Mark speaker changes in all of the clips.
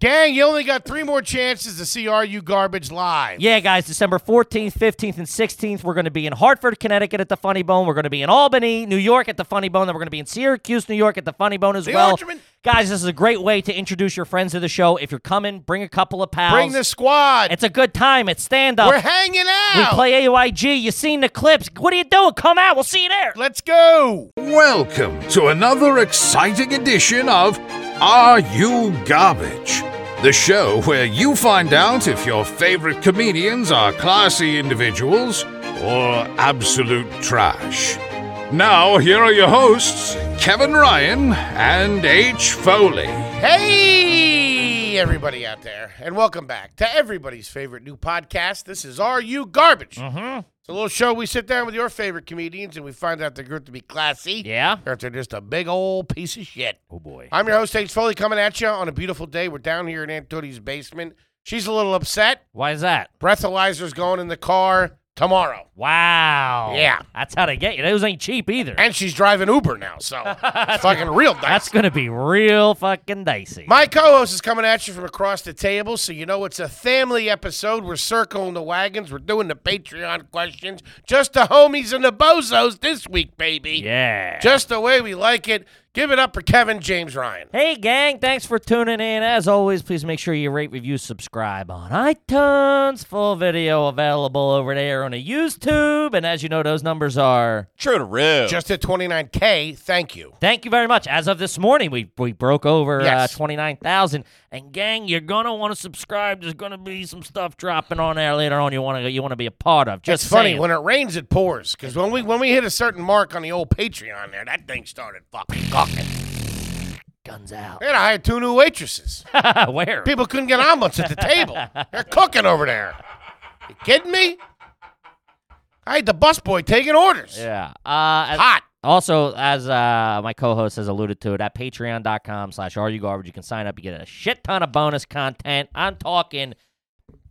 Speaker 1: Gang, you only got three more chances to see RU Garbage live.
Speaker 2: Yeah, guys, December 14th, 15th, and 16th, we're going to be in Hartford, Connecticut at the Funny Bone. We're going to be in Albany, New York at the Funny Bone. Then we're going to be in Syracuse, New York at the Funny Bone as
Speaker 1: The
Speaker 2: well.
Speaker 1: Ultraman-
Speaker 2: Guys, this is a great way to introduce your friends to the show. If you're coming, bring a couple of pals.
Speaker 1: Bring the squad.
Speaker 2: It's a good time. It's stand up.
Speaker 1: We're hanging out.
Speaker 2: We play AYG. You seen the clips. What are you doing? Come out. We'll see you there.
Speaker 1: Let's go.
Speaker 3: Welcome to another exciting edition of Are You Garbage? The show where you find out if your favorite comedians are classy individuals or absolute trash. Now, here are your hosts, Kevin Ryan and H. Foley.
Speaker 1: Hey, everybody out there, and welcome back to everybody's favorite new podcast. This is Are You Garbage?
Speaker 2: Mm-hmm.
Speaker 1: It's a little show we sit down with your favorite comedians and we find out they're good to be classy
Speaker 2: Yeah.
Speaker 1: or if they're just a big old piece of shit.
Speaker 2: Oh, boy.
Speaker 1: I'm your host, H. Foley, coming at you on a beautiful day. We're down here in Aunt Tootie's basement. She's a little upset.
Speaker 2: Why is that?
Speaker 1: Breathalyzer's going in the car tomorrow.
Speaker 2: Wow.
Speaker 1: Yeah.
Speaker 2: That's how they get you. Those ain't cheap either.
Speaker 1: And she's driving Uber now, so it's fucking real nice.
Speaker 2: That's going to be real fucking dicey.
Speaker 1: My co-host is coming at you from across the table, so you know it's a family episode. We're circling the wagons. We're doing the Patreon questions. Just the homies and the bozos this week, baby.
Speaker 2: yeah.
Speaker 1: Just the way we like it. Give it up for Kevin James Ryan.
Speaker 2: Hey, gang, thanks for tuning in. As always, please make sure you rate, review, subscribe on iTunes. Full video available over there on a YouTube. And as you know, those numbers are.
Speaker 4: True to real.
Speaker 1: Just at 29K, thank you.
Speaker 2: Thank you very much. As of this morning, we, we broke over
Speaker 1: Yes.
Speaker 2: uh, 29,000. And, gang, you're going to want to subscribe. There's going to be some stuff dropping on there later on you want to you want to be a part of. Just
Speaker 1: it's funny
Speaker 2: saying.
Speaker 1: when it rains, it pours. Because when we when we hit a certain mark on the old Patreon, there that thing started fucking cocking.
Speaker 2: Guns out.
Speaker 1: And I had two new waitresses.
Speaker 2: Where?
Speaker 1: People couldn't get omelets at the table. They're cooking over there. You kidding me? I had the busboy taking orders.
Speaker 2: Yeah. Uh, as-
Speaker 1: Hot.
Speaker 2: Also, as uh, my co-host has alluded to, it at patreon.com slash garbage, you can sign up. You get a shit ton of bonus content. I'm talking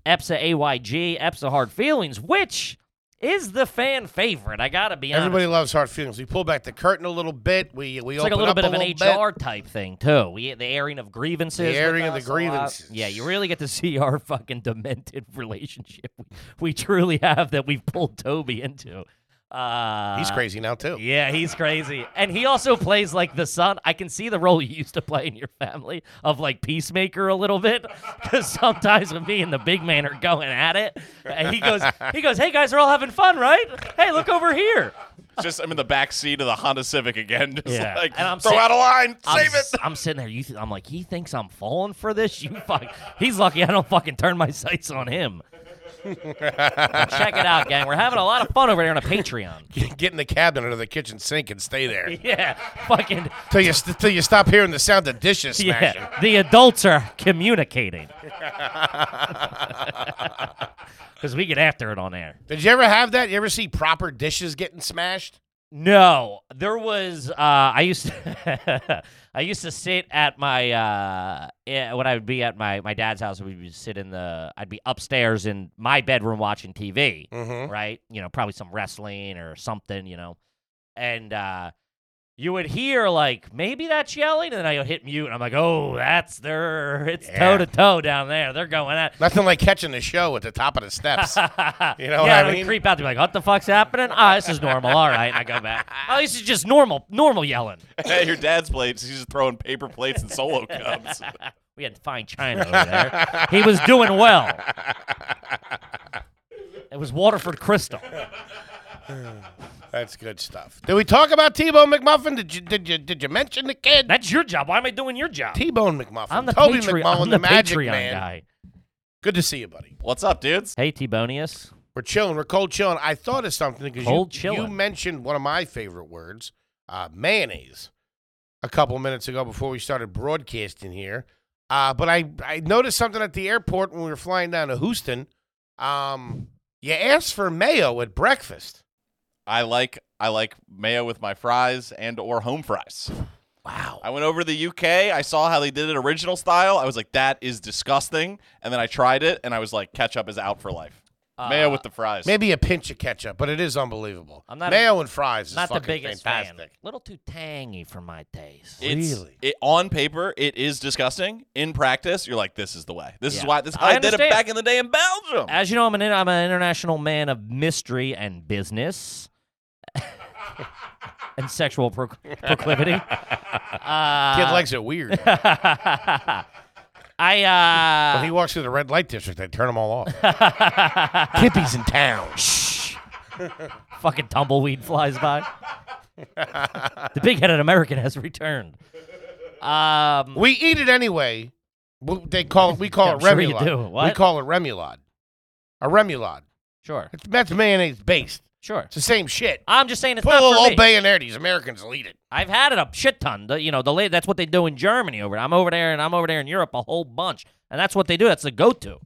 Speaker 2: EPSA AYG, EPSA Hard Feelings, which is the fan favorite. I got to be honest.
Speaker 1: Everybody loves hard feelings. We pull back the curtain a little bit. We we
Speaker 2: it's
Speaker 1: open
Speaker 2: like a little
Speaker 1: up
Speaker 2: bit
Speaker 1: a
Speaker 2: of an
Speaker 1: little
Speaker 2: HR type thing, too. We, the airing of grievances.
Speaker 1: The
Speaker 2: with
Speaker 1: airing of
Speaker 2: us
Speaker 1: the
Speaker 2: a lot.
Speaker 1: grievances.
Speaker 2: Yeah, you really get to see our fucking demented relationship we, we truly have that we've pulled Toby into. Uh,
Speaker 1: Bit. He's crazy now too.
Speaker 2: Yeah, he's crazy. And he also plays like the son. I can see the role you used to play in your family of like peacemaker a little bit. Because sometimes when me and the big man are going at it, and he goes, he goes, Hey guys, we're all having fun, right? Hey, look over here.
Speaker 4: Just I'm in the back seat of the Honda Civic again. Just
Speaker 2: Yeah.
Speaker 4: like
Speaker 2: And I'm
Speaker 4: throw
Speaker 2: sit-
Speaker 4: out a line,
Speaker 2: I'm,
Speaker 4: save it.
Speaker 2: s- I'm sitting there. You th- I'm like, he thinks I'm falling for this. You fuck. He's lucky I don't fucking turn my sights on him. But check it out, gang. We're having a lot of fun over there on a Patreon.
Speaker 1: Get in the cabinet or the kitchen sink and stay there
Speaker 2: Yeah, fucking.
Speaker 1: till you st- till you stop hearing the sound of dishes smashing.
Speaker 2: Yeah, the adults are communicating. Because we get after it on air.
Speaker 1: Did you ever have that? You ever see proper dishes getting smashed?
Speaker 2: No, there was. Uh, I used to. I used to sit at my uh, eh, when I would be at my, my dad's house. We would sit in the. I'd be upstairs in my bedroom watching TV.
Speaker 1: Mm-hmm.
Speaker 2: right? You know, probably some wrestling or something, you know. And uh you would hear like maybe that's yelling, and then I would hit mute, and I'm like, oh, that's their it's
Speaker 1: Yeah.
Speaker 2: toe to toe down there. They're going at.
Speaker 1: Nothing like catching the show at the top of the steps. You know
Speaker 2: yeah,
Speaker 1: what I
Speaker 2: and would
Speaker 1: mean?
Speaker 2: creep out to be like, what the fuck's happening? Ah, this is normal. All right, and I go back. Oh, this is just normal, normal yelling.
Speaker 4: Hey, your dad's plates. He's just throwing paper plates and solo cups.
Speaker 2: We had fine china over there. he was doing well. It was Waterford Crystal.
Speaker 1: That's good stuff. Did we talk about T-Bone McMuffin? Did you did you did you mention the kid?
Speaker 2: That's your job. Why am I doing your job?
Speaker 1: T-Bone McMuffin.
Speaker 2: I'm the
Speaker 1: Toby
Speaker 2: Patreon,
Speaker 1: McMullen,
Speaker 2: I'm
Speaker 1: the,
Speaker 2: the
Speaker 1: Magic
Speaker 2: Patreon
Speaker 1: Man.
Speaker 2: guy.
Speaker 1: Good to see you, buddy.
Speaker 4: What's up, dudes?
Speaker 2: Hey, T-Bonius.
Speaker 1: We're chilling. We're cold chilling. I thought of something because you,
Speaker 2: Cold chilling.
Speaker 1: you mentioned one of my favorite words, uh, mayonnaise, a couple minutes ago before we started broadcasting here. Uh, but I, I noticed something at the airport when we were flying down to Houston. Um, you asked for mayo at breakfast.
Speaker 4: I like I like mayo with my fries and or home fries.
Speaker 2: Wow.
Speaker 4: I went over to the UK. I saw how they did it original style. I was like, that is disgusting. And then I tried it, and I was like, ketchup is out for life.
Speaker 2: Uh,
Speaker 4: Mayo with the fries.
Speaker 1: Maybe a pinch of ketchup, but it is unbelievable.
Speaker 2: I'm not a-
Speaker 1: Mayo and fries is
Speaker 2: not the
Speaker 1: fucking
Speaker 2: biggest fan.
Speaker 1: fantastic.
Speaker 2: Little too tangy for my taste.
Speaker 4: It's,
Speaker 1: Really?
Speaker 4: It, on paper, it is disgusting. In practice, you're like, this is the way. This is
Speaker 2: Yeah.
Speaker 4: why. This
Speaker 2: I
Speaker 4: is how I did it
Speaker 2: understand.
Speaker 4: back in the day in Belgium.
Speaker 2: As you know, I'm an I'm an international man of mystery and business and sexual pro- proclivity. Uh,
Speaker 1: Kid likes it weird.
Speaker 2: I uh,
Speaker 1: when he walks through the red light district, they turn them all off.
Speaker 2: Kippy's in town. Shh. Fucking tumbleweed flies by. the big-headed American has returned. Um,
Speaker 1: we eat it anyway. We- They call it. We call
Speaker 2: I'm
Speaker 1: it
Speaker 2: sure you
Speaker 1: remoulade.
Speaker 2: do.
Speaker 1: We
Speaker 2: What?
Speaker 1: call it remoulade. A remoulade.
Speaker 2: sure,
Speaker 1: It's that's mayonnaise based.
Speaker 2: sure.
Speaker 1: It's the same shit.
Speaker 2: I'm just saying it's
Speaker 1: Put
Speaker 2: not
Speaker 1: a little
Speaker 2: for
Speaker 1: old
Speaker 2: me.
Speaker 1: bay in there. These Americans will eat it.
Speaker 2: I've had it a shit ton. The, you know, the la- that's what they do in Germany over. I'm over there and I'm over there in Europe a whole bunch, and that's what they do. That's the go-to.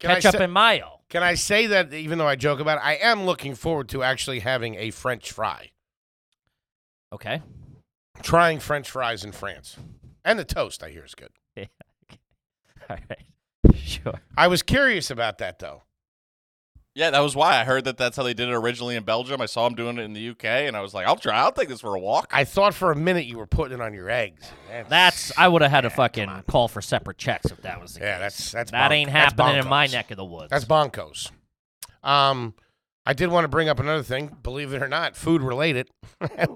Speaker 1: Can I
Speaker 2: Ketchup
Speaker 1: say-
Speaker 2: and mayo.
Speaker 1: Can I say that even though I joke about it, I am looking forward to actually having a French fry.
Speaker 2: Okay.
Speaker 1: Trying French fries in France. And the toast, I hear, is good.
Speaker 2: All right. Sure.
Speaker 1: I was curious about that though.
Speaker 4: yeah, that was why I heard that that's how they did it originally in Belgium. I saw them doing it in the UK, and I was like, I'll try. I'll take this for a walk.
Speaker 1: I thought for a minute you were putting it on your eggs. That's,
Speaker 2: That's I would have had to fucking call for separate checks if that was the
Speaker 1: yeah,
Speaker 2: case.
Speaker 1: that's that's
Speaker 2: that
Speaker 1: bonk-
Speaker 2: ain't
Speaker 1: that's
Speaker 2: happening in my
Speaker 1: bonkos.
Speaker 2: neck of the woods.
Speaker 1: That's bonkos. Um, I did want to bring up another thing. Believe it or not, food related.
Speaker 2: Hey.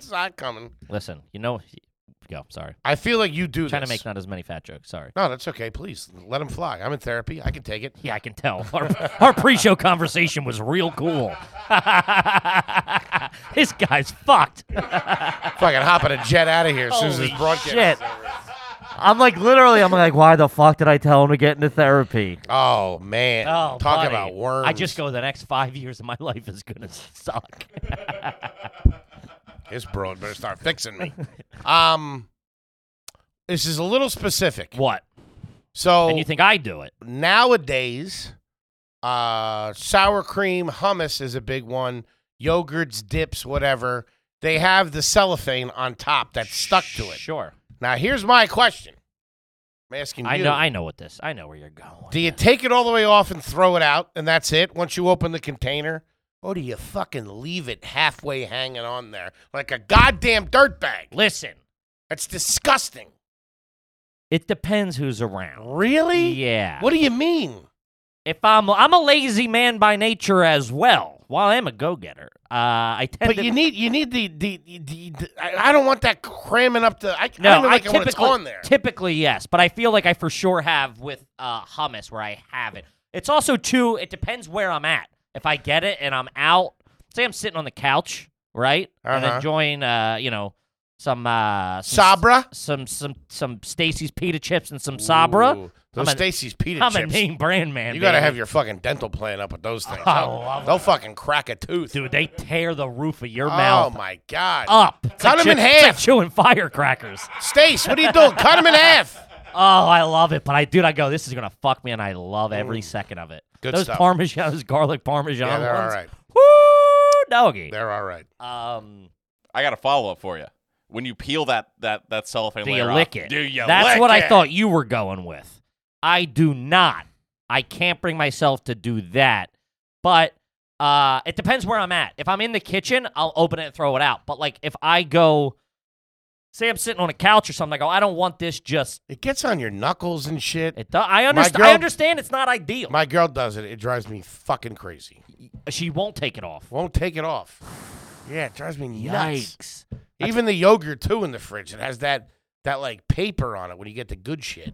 Speaker 1: Thoughts not coming.
Speaker 2: Listen, you know, go. Sorry,
Speaker 1: I feel like you do
Speaker 2: trying
Speaker 1: this.
Speaker 2: to make not as many fat jokes. Sorry.
Speaker 1: no, that's okay. Please let them fly. I'm in therapy. I can take it.
Speaker 2: Yeah, I can tell. Our, our pre-show conversation was real cool. this guy's fucked.
Speaker 1: Fucking hopping a jet out of here as soon as this
Speaker 2: Holy
Speaker 1: broadcast.
Speaker 2: shit. I'm like literally, I'm like, why the fuck did I tell him to get into therapy?
Speaker 1: Oh man,
Speaker 2: Oh,
Speaker 1: talk about worms.
Speaker 2: I just go the next five years of my life is gonna suck.
Speaker 1: This broad better start fixing me. um, this is a little specific.
Speaker 2: what?
Speaker 1: So
Speaker 2: And you think I do it?
Speaker 1: nowadays, uh, sour cream, hummus is a big one. Yogurts, dips, whatever. They have the cellophane on top that's stuck to it.
Speaker 2: Sure.
Speaker 1: Now, here's my question. I'm asking
Speaker 2: I
Speaker 1: you.
Speaker 2: know. I know what this. I know where you're going.
Speaker 1: do you take it all the way off and throw it out, and that's it once you open the container? Or do you fucking leave it halfway hanging on there like a goddamn dirtbag?
Speaker 2: Listen,
Speaker 1: That's disgusting.
Speaker 2: it depends who's around.
Speaker 1: Really?
Speaker 2: Yeah.
Speaker 1: What do you mean?
Speaker 2: if I'm I'm a lazy man by nature as well. While I'm a go getter, uh, I tend
Speaker 1: But
Speaker 2: to.
Speaker 1: you need you need the the, the, the- I I don't want that cramming up the I, I
Speaker 2: no,
Speaker 1: don't even
Speaker 2: I
Speaker 1: like it
Speaker 2: typically
Speaker 1: when it's on there.
Speaker 2: typically yes, but I feel like I for sure have with uh, hummus where I have it. It's also too. It depends where I'm at. If I get it and I'm out, say I'm sitting on the couch, right, and
Speaker 1: Uh-huh.
Speaker 2: enjoying, uh, you know, some uh, some,
Speaker 1: Sabra,
Speaker 2: some some some Stacy's pita chips and some Sabra.
Speaker 1: Ooh, those
Speaker 2: I'm a-
Speaker 1: Stacy's pita
Speaker 2: I'm a
Speaker 1: chips.
Speaker 2: name brand man.
Speaker 1: you gotta
Speaker 2: baby.
Speaker 1: have your fucking dental plan up with those things.
Speaker 2: I
Speaker 1: They'll-
Speaker 2: love
Speaker 1: they'll fucking crack a tooth.
Speaker 2: dude. They tear the roof of your
Speaker 1: oh
Speaker 2: mouth Oh.
Speaker 1: my god,
Speaker 2: up. It's
Speaker 1: Cut
Speaker 2: like
Speaker 1: 'em in
Speaker 2: chew- it's like
Speaker 1: half.
Speaker 2: chewing firecrackers.
Speaker 1: Stace, what are you doing? Cut him in half.
Speaker 2: Oh, I love it. But I, dude, I go, this is gonna fuck me, and I love every second of it.
Speaker 1: Good
Speaker 2: those
Speaker 1: stuff.
Speaker 2: parmesan, those garlic parmesan
Speaker 1: Yeah, they're all
Speaker 2: ones.
Speaker 1: right.
Speaker 2: Woo, doggy.
Speaker 1: They're all right.
Speaker 2: Um,
Speaker 4: I got a follow up for you. When you peel that that that cellophane
Speaker 2: do you
Speaker 4: layer
Speaker 2: lick
Speaker 4: off,
Speaker 2: it?
Speaker 4: do you
Speaker 2: That's
Speaker 4: lick
Speaker 2: what I
Speaker 4: it?
Speaker 2: thought you were going with. I do not. I can't bring myself to do that. But uh, it depends where I'm at. If I'm in the kitchen, I'll open it and throw it out. But like if I go, say I'm sitting on a couch or something, I go, I don't want this just
Speaker 1: It gets on your knuckles and shit.
Speaker 2: It do- I understand. I
Speaker 1: girl-
Speaker 2: understand it's not ideal.
Speaker 1: My girl does it. It drives me fucking crazy.
Speaker 2: she won't take it off.
Speaker 1: Won't take it off. Yeah, it drives me nuts.
Speaker 2: Yikes!
Speaker 1: Even the yogurt too in the fridge. It has that that like paper on it when you get the good shit.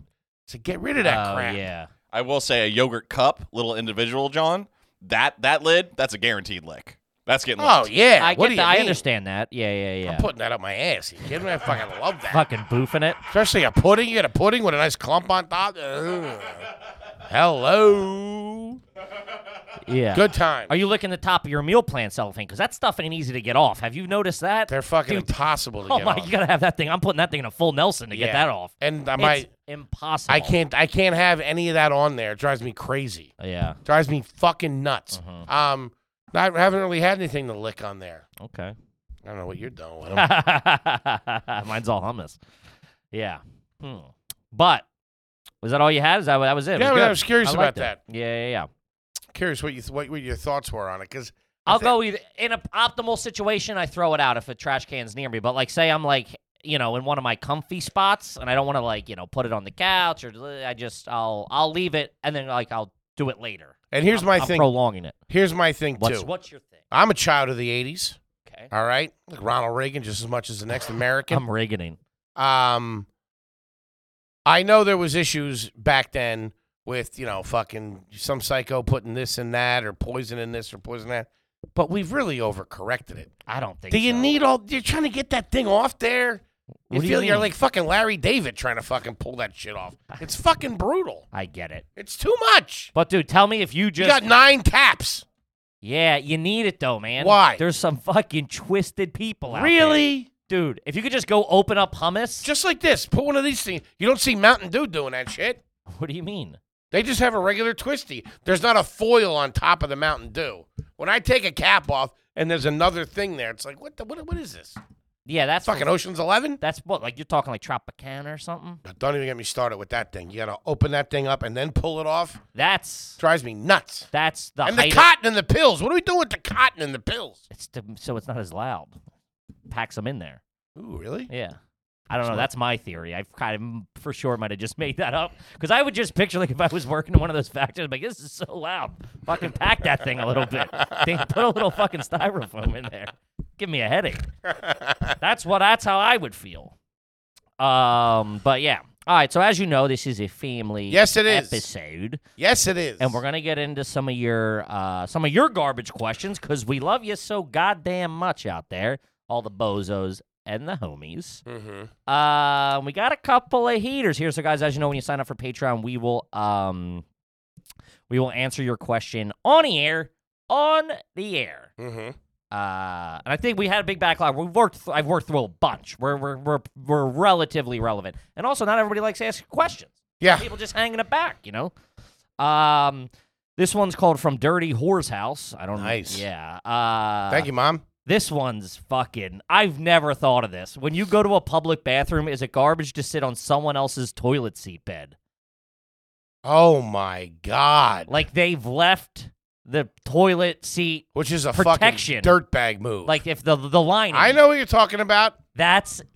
Speaker 1: So get rid of that
Speaker 2: Oh,
Speaker 1: crap.
Speaker 2: yeah.
Speaker 4: I will say a yogurt cup, little individual, John. That that lid, that's a guaranteed lick. That's getting
Speaker 1: Oh
Speaker 4: licked.
Speaker 1: yeah.
Speaker 2: I
Speaker 1: what
Speaker 2: get
Speaker 1: do you
Speaker 2: that. I
Speaker 1: mean?
Speaker 2: understand that. Yeah, yeah, yeah.
Speaker 1: I'm putting that up my ass. You kidding me? I fucking love that.
Speaker 2: Fucking boofing it.
Speaker 1: Especially a pudding. You get a pudding with a nice clump on top. Ugh. Hello.
Speaker 2: Yeah.
Speaker 1: Good time.
Speaker 2: Are you licking the top of your meal plan cellophane? Because that stuff ain't easy to get off. Have you noticed that?
Speaker 1: They're fucking
Speaker 2: Dude,
Speaker 1: impossible to
Speaker 2: oh
Speaker 1: get
Speaker 2: my,
Speaker 1: off.
Speaker 2: you gotta have that thing. I'm putting that thing in a full Nelson to get
Speaker 1: Yeah.
Speaker 2: that off.
Speaker 1: And I
Speaker 2: It's
Speaker 1: might.
Speaker 2: impossible.
Speaker 1: I can't. I can't have any of that on there. It drives me crazy.
Speaker 2: Yeah. uh-huh.
Speaker 1: Drives me fucking nuts.
Speaker 2: Mm-hmm.
Speaker 1: Um, I haven't really had anything to lick on there. I
Speaker 2: Okay.
Speaker 1: don't know what you're doing with 'em.
Speaker 2: Mine's all hummus. Yeah. Hmm. But was that all you had? Is that that was it? It
Speaker 1: Yeah,
Speaker 2: was
Speaker 1: but I
Speaker 2: good.
Speaker 1: was curious
Speaker 2: I
Speaker 1: about
Speaker 2: liked it.
Speaker 1: that.
Speaker 2: Yeah, yeah, yeah.
Speaker 1: Curious what you what, what your thoughts were on it because
Speaker 2: I'll go either in an optimal situation. I throw it out if a trash can's near me. But like, say I'm like, you know, in one of my comfy spots, and I don't want to like, you know, put it on the couch or uh, I just I'll I'll leave it, and then like I'll do it later.
Speaker 1: And here's
Speaker 2: I'm-
Speaker 1: my
Speaker 2: I'm
Speaker 1: thing.
Speaker 2: Prolonging it.
Speaker 1: here's my thing
Speaker 2: What's
Speaker 1: too.
Speaker 2: what's your thing?
Speaker 1: I'm a child of the '80s.
Speaker 2: Okay.
Speaker 1: All right, like Ronald Reagan just as much as the next American.
Speaker 2: I'm Reaganing.
Speaker 1: Um, I know there was issues back then with you know fucking some psycho putting this and that or poison in this or poison that, but we've really overcorrected it.
Speaker 2: I don't think.
Speaker 1: Do you
Speaker 2: so.
Speaker 1: need all? You're trying to get that thing off there. You
Speaker 2: What do you
Speaker 1: feel are
Speaker 2: mean?
Speaker 1: like fucking Larry David trying to fucking pull that shit off. It's fucking brutal.
Speaker 2: I get it.
Speaker 1: It's too much.
Speaker 2: But dude, tell me if you
Speaker 1: You
Speaker 2: just
Speaker 1: got nine taps.
Speaker 2: yeah, you need it though, man.
Speaker 1: Why?
Speaker 2: There's some fucking twisted people out there.
Speaker 1: Really?
Speaker 2: dude? If you could just go open up hummus,
Speaker 1: Just like this. Put one of these things. You don't see Mountain Dew doing that shit.
Speaker 2: what do you mean?
Speaker 1: They just have a regular twisty. There's not a foil on top of the Mountain Dew. When I take a cap off and there's another thing there, it's like what the what, what is this?
Speaker 2: Yeah, that's
Speaker 1: Fucking Ocean's Eleven?
Speaker 2: That's what like you're talking like Tropicana or something.
Speaker 1: Don't even get me started with that thing. You gotta open that thing up and then pull it off.
Speaker 2: That's
Speaker 1: Drives me nuts.
Speaker 2: that's the
Speaker 1: And the
Speaker 2: height of-
Speaker 1: cotton and the pills. What are we doing with the cotton and the pills?
Speaker 2: it's to, so it's not as loud. Packs them in there.
Speaker 1: Ooh, really?
Speaker 2: Yeah. I don't know. That's my theory. I've kind of, for sure, might have just made that up because I would just picture like if I was working in one of those factories, like this is so loud. Fucking pack that thing a little bit. They put a little fucking styrofoam in there. Give me a headache. That's what. That's how I would feel. Um. But yeah. All right. So as you know, this is a family.
Speaker 1: Yes, it is.
Speaker 2: Episode.
Speaker 1: Yes, it is.
Speaker 2: and we're gonna get into some of your uh, some of your garbage questions because we love you so goddamn much out there, all the bozos and the homies.
Speaker 1: Mm-hmm.
Speaker 2: Uh, we got a couple of heaters here, so guys, as you know, when you sign up for Patreon, we will um we will answer your question on the air, on the air.
Speaker 1: Mm-hmm.
Speaker 2: Uh, and I think we had a big backlog. We've worked. Th- I've worked through a bunch. We're we're we're we're relatively relevant, and also not everybody likes to ask questions
Speaker 1: Yeah.
Speaker 2: people just hanging it back, you know. Um, this one's called "From Dirty Whore's House." I don't know.
Speaker 1: Nice.
Speaker 2: Yeah. Uh,
Speaker 1: Thank you, mom.
Speaker 2: This one's fucking. I've never thought of this. When you go to a public bathroom, is it garbage to sit on someone else's toilet seat bed?
Speaker 1: Oh my God.
Speaker 2: Like they've left the toilet seat.
Speaker 1: Which is a
Speaker 2: Protection.
Speaker 1: fucking dirtbag move.
Speaker 2: Like if the the lining.
Speaker 1: I know what you're talking about.
Speaker 2: That's
Speaker 1: That's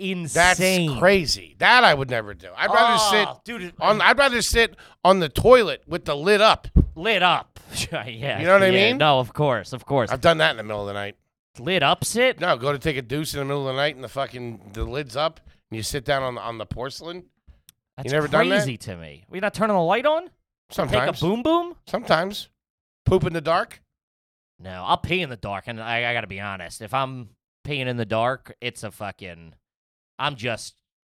Speaker 2: insane.
Speaker 1: crazy. That I would never do. I'd rather sit
Speaker 2: Oh, dude.
Speaker 1: on. I'd rather sit on the toilet with the lid up.
Speaker 2: lit up. yeah.
Speaker 1: You know what I
Speaker 2: yeah,
Speaker 1: mean?
Speaker 2: No, of course, of course.
Speaker 1: I've done that in the middle of the night.
Speaker 2: lit up sit.
Speaker 1: No, go to take a deuce in the middle of the night and the fucking the lid's up and you sit down on the, on the porcelain.
Speaker 2: That's
Speaker 1: never done
Speaker 2: crazy
Speaker 1: that?
Speaker 2: to me. We not turning the light on? Take a
Speaker 1: Sometimes,
Speaker 2: boom boom?
Speaker 1: sometimes, poop in the dark.
Speaker 2: No, I'll pee in the dark, and I, I gotta be honest. If I'm peeing in the dark, it's a fucking. I'm just.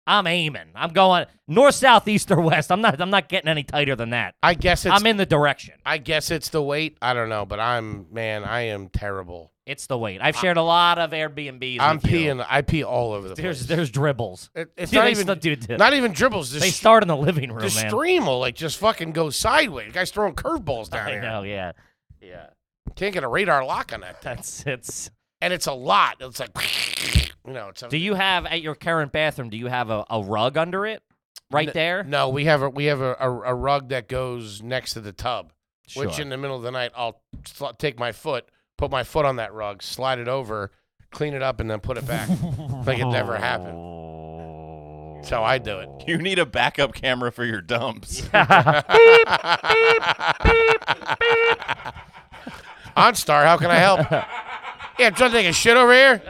Speaker 2: I'm aiming. I'm going north, south, east, or west. I'm not. I'm not getting any tighter than that.
Speaker 1: I guess it's.
Speaker 2: I'm in the direction.
Speaker 1: I guess it's the weight. I don't know, but I'm man. I am terrible.
Speaker 2: It's the weight. I've shared a lot of Airbnbs.
Speaker 1: I'm
Speaker 2: with you.
Speaker 1: peeing. I pee all over the
Speaker 2: There's
Speaker 1: place.
Speaker 2: there's dribbles.
Speaker 1: It- it's
Speaker 2: Yeah,
Speaker 1: not
Speaker 2: they
Speaker 1: even
Speaker 2: still do that.
Speaker 1: not even dribbles.
Speaker 2: They
Speaker 1: Just
Speaker 2: start in the living room,
Speaker 1: the
Speaker 2: man.
Speaker 1: stream will like just fucking go sideways. The guy's throwing curveballs down
Speaker 2: I
Speaker 1: here.
Speaker 2: know. Yeah. Yeah.
Speaker 1: Can't get a radar lock on that. thing.
Speaker 2: That's it's.
Speaker 1: And it's a lot. It's like you know. It's a,
Speaker 2: Do you have at your current bathroom? Do you have a, a rug under it, right
Speaker 1: N-
Speaker 2: there?
Speaker 1: No, we have a we have a, a, a rug that goes next to the tub. Which
Speaker 2: Sure.
Speaker 1: in the middle of the night, I'll sl- take my foot, put my foot on that rug, slide it over, clean it up, and then put it back. like it never happened.
Speaker 2: Oh.
Speaker 1: So I do it.
Speaker 4: You need a backup camera for your dumps.
Speaker 1: OnStar, how can I help? yeah, I'm trying to take a shit over here.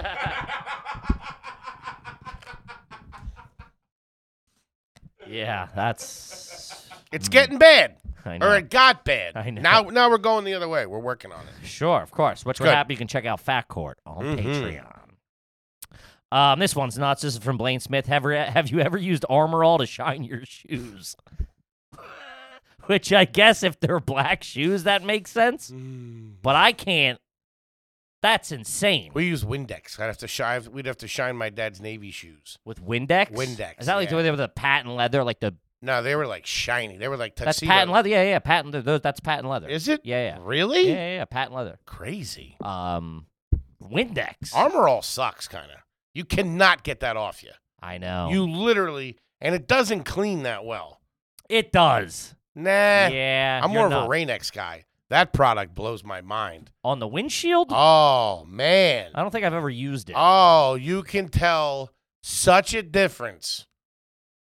Speaker 2: Yeah, that's
Speaker 1: It's getting bad,
Speaker 2: I know.
Speaker 1: or it got bad.
Speaker 2: I know.
Speaker 1: Now, now we're going the other way. We're working on it.
Speaker 2: sure, of course. Which would
Speaker 1: Good.
Speaker 2: happen, you can check out Fat Court on
Speaker 1: Mhm.
Speaker 2: Patreon. Um, this one's nuts. This is from Blaine Smith. Have, re- have you ever used Armor All to shine your shoes? Which I guess if they're black shoes, that makes sense.
Speaker 1: Mm.
Speaker 2: But I can't. That's insane.
Speaker 1: We use Windex. I'd have to shine. We'd have to shine my dad's navy shoes.
Speaker 2: With Windex?
Speaker 1: Windex,
Speaker 2: Is that like the
Speaker 1: yeah.
Speaker 2: way they were the patent leather? Like the
Speaker 1: No, they were like shiny. They were like
Speaker 2: that's
Speaker 1: tuxedo.
Speaker 2: patent leather. Yeah, yeah, patent. Those, that's patent leather.
Speaker 1: Is it?
Speaker 2: Yeah, yeah, yeah,
Speaker 1: Really?
Speaker 2: yeah, yeah, patent leather.
Speaker 1: Crazy.
Speaker 2: Um, Windex.
Speaker 1: Armor all sucks, kind of. You cannot get that off you.
Speaker 2: I know.
Speaker 1: You literally, and it doesn't clean that well.
Speaker 2: it does.
Speaker 1: Nah.
Speaker 2: yeah.
Speaker 1: Eh, I'm
Speaker 2: you're
Speaker 1: more of
Speaker 2: not.
Speaker 1: a Rain-X guy. That product blows my mind.
Speaker 2: On the windshield?
Speaker 1: Oh, man.
Speaker 2: I don't think I've ever used it.
Speaker 1: Oh, you can tell such a difference.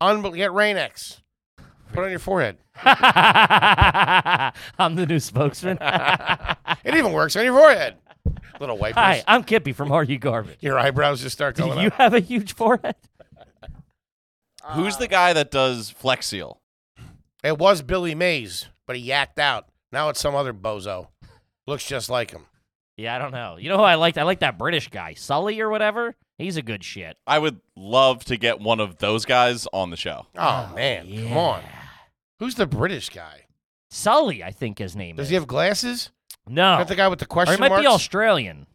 Speaker 1: Unbel- Get Rain-X. Put it on your forehead.
Speaker 2: I'm the new spokesman. Hi,
Speaker 1: It even works on your forehead. Little wipers.
Speaker 2: I'm Kippy from Are You Garbage.
Speaker 1: Your eyebrows just start
Speaker 2: Do
Speaker 1: going
Speaker 2: you
Speaker 1: up.
Speaker 2: have a huge forehead?
Speaker 4: Who's the guy that does Flex Seal?
Speaker 1: It was Billy Mays, but he yacked out. Now it's some other bozo. Looks just like him.
Speaker 2: Yeah, I don't know. You know who I liked? I like that British guy, Sully or whatever. He's a good shit.
Speaker 4: I would love to get one of those guys on the show.
Speaker 1: Oh, man. Come on. Who's the British guy?
Speaker 2: Sully, I think his name
Speaker 1: Does
Speaker 2: is.
Speaker 1: he have glasses?
Speaker 2: no.
Speaker 1: Is that the guy with the
Speaker 2: Oh. or he
Speaker 1: question
Speaker 2: might
Speaker 1: marks?
Speaker 2: be Australian.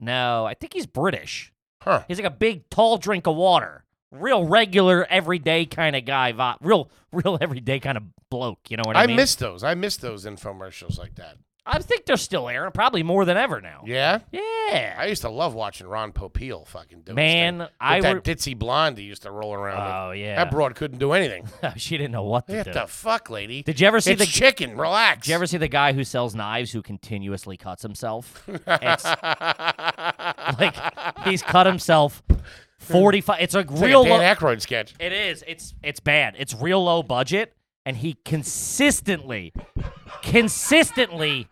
Speaker 2: No, I think he's British.
Speaker 1: huh.
Speaker 2: He's like a big, tall drink of water. Real regular, everyday kind of guy. vi- Real, real everyday kind of bloke. You know what I,
Speaker 1: I
Speaker 2: mean?
Speaker 1: miss those. I miss those infomercials like that.
Speaker 2: I think they're still airing, probably more than ever now.
Speaker 1: Yeah?
Speaker 2: Yeah.
Speaker 1: I used to love watching Ron Popeil fucking do his thing.
Speaker 2: Man,
Speaker 1: With
Speaker 2: I
Speaker 1: that
Speaker 2: re-
Speaker 1: ditzy blonde he used to roll around with.
Speaker 2: Oh yeah. Oh,
Speaker 1: That broad couldn't do anything.
Speaker 2: she didn't know what to
Speaker 1: What
Speaker 2: do.
Speaker 1: the fuck, lady?
Speaker 2: Did you ever see
Speaker 1: it's
Speaker 2: the
Speaker 1: chicken. Relax.
Speaker 2: Did you ever see the guy who sells knives who continuously cuts himself? It's like he's cut himself 45 It's a
Speaker 1: It's
Speaker 2: real
Speaker 1: like a
Speaker 2: lo-
Speaker 1: Dan Aykroyd sketch.
Speaker 2: It is. It's it's bad. It's real low budget, and he consistently, consistently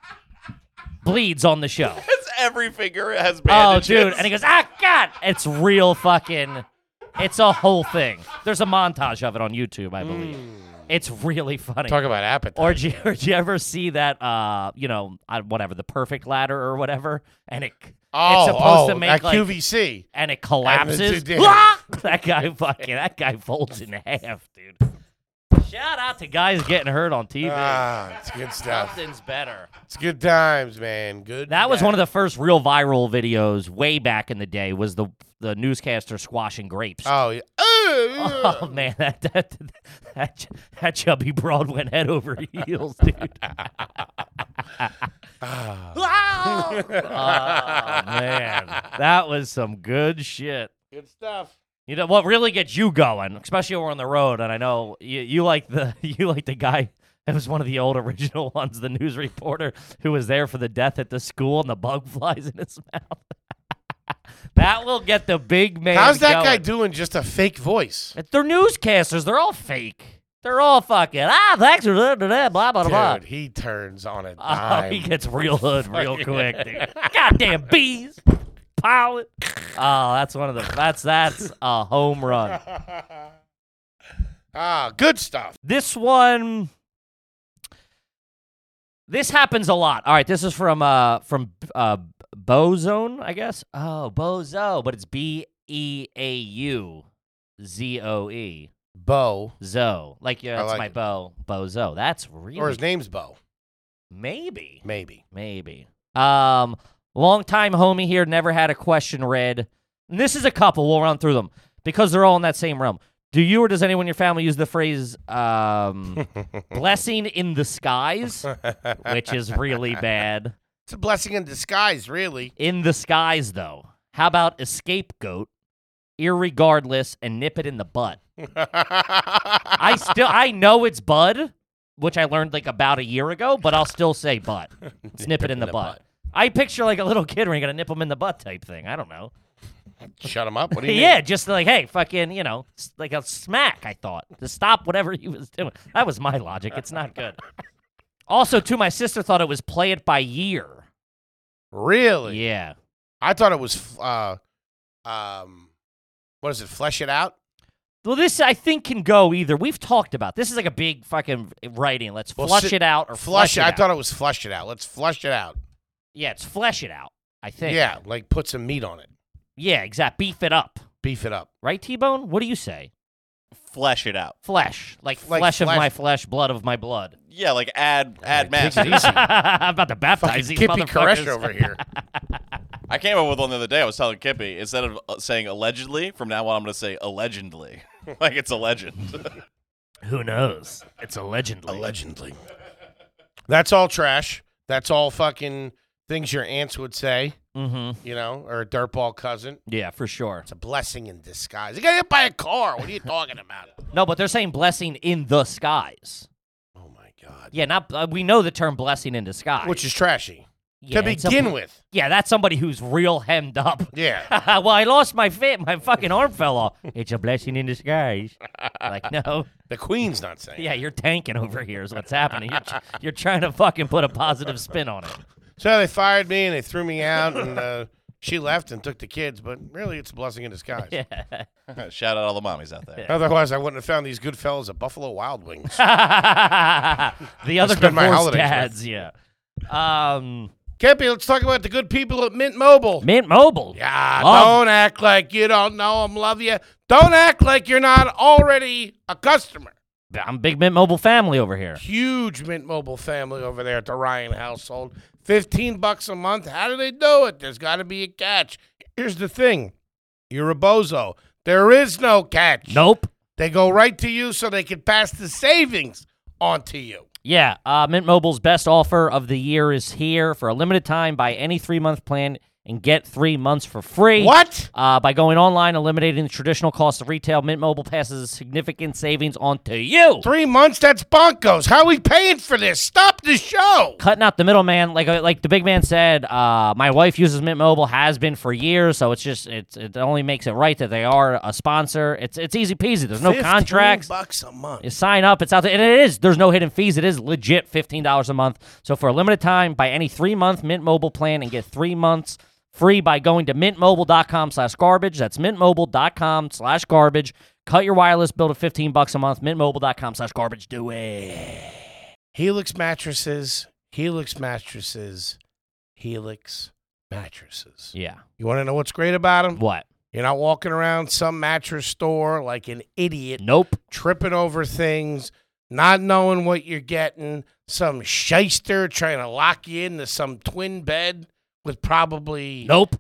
Speaker 2: bleeds on the show.
Speaker 4: It's every finger has
Speaker 2: oh,
Speaker 4: bandages.
Speaker 2: dude! And he goes, ah, God! It's real fucking. It's a whole thing. There's a montage of it on YouTube, I believe.
Speaker 1: Hmm.
Speaker 2: It's really funny.
Speaker 1: Talk about appetite.
Speaker 2: Or do you, or do you ever see that, uh, you know, uh, whatever, the perfect ladder or whatever, and it
Speaker 1: oh,
Speaker 2: it's supposed
Speaker 1: oh,
Speaker 2: to make
Speaker 1: at
Speaker 2: like,
Speaker 1: QVC.
Speaker 2: and it collapses.
Speaker 1: dude, yeah.
Speaker 2: Ah! that guy fucking, that guy folds in half, dude. Shout out to guys getting hurt on TV.
Speaker 1: Ah, it's good stuff.
Speaker 2: Nothing's better.
Speaker 1: It's good times, man. Good.
Speaker 2: That was one of
Speaker 1: times.
Speaker 2: the first real viral videos way back in the day. Was the the newscaster squashing grapes?
Speaker 1: Oh, yeah. Oh,
Speaker 2: Oh man, that that that, ch- that chubby broad went head over heels, dude. oh man, that was some good shit.
Speaker 1: yeah. Good stuff.
Speaker 2: You know what really gets you going, especially when we're on the road, and I know you, you like the you like the guy. It was one of the old original ones, the news reporter who was there for the death at the school, and the bug flies in his mouth. that will get the big man.
Speaker 1: How's that guy
Speaker 2: going.
Speaker 1: doing just a fake voice?
Speaker 2: If They're newscasters. They're all fake. They're all fucking ah. Thanks for that. Blah blah blah. blah.
Speaker 1: Dude, he turns on a
Speaker 2: Oh, he
Speaker 1: dime.
Speaker 2: gets real hood real quick, dude. Goddamn bees, pilot. Oh, that's one of the. That's that's a home run.
Speaker 1: ah, good stuff.
Speaker 2: This one. This happens a lot. All right, this is from uh from uh Bozone, I guess. Oh, Bozo, but it's B E A U Z O E.
Speaker 1: Bo,
Speaker 2: Zo. Like yeah,
Speaker 1: I
Speaker 2: that's
Speaker 1: like
Speaker 2: my
Speaker 1: it.
Speaker 2: bow. Bozo. That's really
Speaker 1: or his name's Bo,
Speaker 2: maybe.
Speaker 1: maybe.
Speaker 2: Maybe. Um long time homie here, never had a question read. And this is a couple, we'll run through them because they're all in that same realm. Do you or does anyone in your family use the phrase um blessing in the skies? Which is really bad.
Speaker 1: It's a blessing in disguise, really.
Speaker 2: In the skies though. How about escape goat? Irregardless and nip it in the butt. I still I know it's bud, which I learned like about a year ago, but I'll still say butt. Snip it in the, butt. I picture like a little kid when you gotta nip him in the butt type thing. I don't know.
Speaker 1: Shut him up. What do you
Speaker 2: Yeah, just like hey, fucking, you know, s- like a smack. I thought to stop whatever he was doing. That was my logic. It's not good. also, too, my sister thought it was play it by year.
Speaker 1: mean? Really?
Speaker 2: Yeah,
Speaker 1: I thought it was, f- uh, um, what is it? Flesh it out.
Speaker 2: Well, this I think can go either. We've talked about this is like a big fucking writing. Let's
Speaker 1: Well,
Speaker 2: flush
Speaker 1: sit-
Speaker 2: it out or flush, it.
Speaker 1: I
Speaker 2: out.
Speaker 1: thought it was flush it out. Let's flush it out.
Speaker 2: yeah, it's flesh it out. I think.
Speaker 1: Yeah, like put some meat on it,
Speaker 2: yeah, exact. Beef it up,
Speaker 1: beef it up.
Speaker 2: right? T Bone, what do you say?
Speaker 4: Flesh it out.
Speaker 2: Flesh, like,
Speaker 1: Like
Speaker 2: flesh, of
Speaker 1: flesh-
Speaker 2: my flesh, blood of my blood.
Speaker 4: Yeah, like add add
Speaker 1: Like,
Speaker 4: mass.
Speaker 1: take it easy.
Speaker 2: I'm about to
Speaker 1: Fucking
Speaker 2: baptize these
Speaker 1: Kippy Koresh
Speaker 2: motherfuckers.
Speaker 1: over here.
Speaker 4: I came up with one the other day. I was telling Kippy instead of uh, saying allegedly, from now on I'm going to say allegedly, like it's a legend.
Speaker 2: Who knows? It's a legend.
Speaker 1: Allegedly. That's all trash. That's all fucking things your aunts would say,
Speaker 2: Mm-hmm.
Speaker 1: you know, or a dirtball cousin.
Speaker 2: Yeah, for sure.
Speaker 1: It's a blessing in disguise. You got hit by a car. What are you talking about?
Speaker 2: No, but they're saying blessing in the skies.
Speaker 1: Oh my God.
Speaker 2: Yeah, not uh, we know the term blessing in disguise.
Speaker 1: Which is trashy
Speaker 2: yeah,
Speaker 1: to
Speaker 2: it's a-
Speaker 1: begin with.
Speaker 2: Yeah, that's somebody who's real hemmed up.
Speaker 1: Yeah.
Speaker 2: well, I lost my fit. My fucking arm fell off. It's a blessing in disguise. like, no.
Speaker 1: The queen's not saying.
Speaker 2: Yeah, you're tanking over here is what's happening. You're, tr- you're trying to fucking put a positive spin on it.
Speaker 1: So they fired me and they threw me out and uh, she left and took the kids, but really it's a blessing in disguise.
Speaker 4: Shout out all the mommies out there.
Speaker 1: Otherwise, I wouldn't have found these good fellas at Buffalo Wild Wings.
Speaker 2: the other
Speaker 1: spend my
Speaker 2: divorced
Speaker 1: holidays
Speaker 2: dads, yeah. Um,
Speaker 1: Kempy, let's talk about the good people at Mint Mobile.
Speaker 2: Mint Mobile.
Speaker 1: Yeah,
Speaker 2: Love-
Speaker 1: don't act like you don't know them, love you. Don't act like you're not already a customer.
Speaker 2: I'm a big Mint Mobile family over here.
Speaker 1: Huge Mint Mobile family over there at the Ryan household. 15 bucks a month. How do they do it? There's got to be a catch. Here's the thing you're a bozo. There is no catch.
Speaker 2: Nope.
Speaker 1: They go right to you so they can pass the savings on to you.
Speaker 2: Yeah, uh, Mint Mobile's best offer of the year is here for a limited time. Buy any three month plan and get three months for free.
Speaker 1: What?
Speaker 2: Uh, by going online, eliminating the traditional cost of retail, Mint Mobile passes significant savings on to you.
Speaker 1: Three months? That's bonkers. How are we paying for this? Stop the show.
Speaker 2: Cutting out the middleman, like uh, like the big man said, uh, my wife uses Mint Mobile, has been for years, so it's just it's, it only makes it right that they are a sponsor. It's it's easy peasy. There's no
Speaker 1: 15
Speaker 2: contracts.
Speaker 1: bucks a month.
Speaker 2: You sign up. It's out there, and it is. There's no hidden fees. It is legit fifteen dollars a month. So for a limited time, buy any three month Mint Mobile plan and get three months free by going to mintmobile.com/garbage. That's mintmobile.com/garbage. Cut your wireless bill to fifteen bucks a month. Mintmobile.com/garbage. Do it.
Speaker 1: Helix mattresses, Helix mattresses, Helix mattresses.
Speaker 2: Yeah.
Speaker 1: You want to know what's great about them?
Speaker 2: What?
Speaker 1: You're not walking around some mattress store like an idiot,
Speaker 2: Nope.
Speaker 1: tripping over things, not knowing what you're getting, some shyster trying to lock you into some twin bed with probably
Speaker 2: Nope.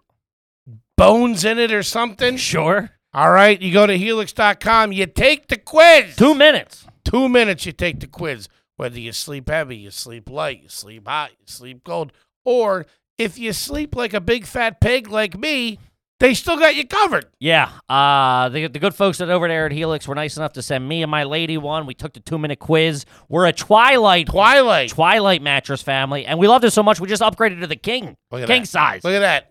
Speaker 1: bones in it or something.
Speaker 2: Sure.
Speaker 1: All right, you go to helix.com, you take the quiz.
Speaker 2: Two minutes.
Speaker 1: Two minutes, you take the quiz. Whether you sleep heavy, you sleep light, you sleep hot, you sleep cold, or if you sleep like a big fat pig like me, they still got you covered.
Speaker 2: Yeah. Uh, the, the good folks that over there at Helix were nice enough to send me and my lady one. We took the two minute quiz. We're a Twilight
Speaker 1: Twilight.
Speaker 2: Twilight mattress family, and we loved it so much we just upgraded to the king,
Speaker 1: Look at
Speaker 2: king
Speaker 1: that.
Speaker 2: size.
Speaker 1: Look at that.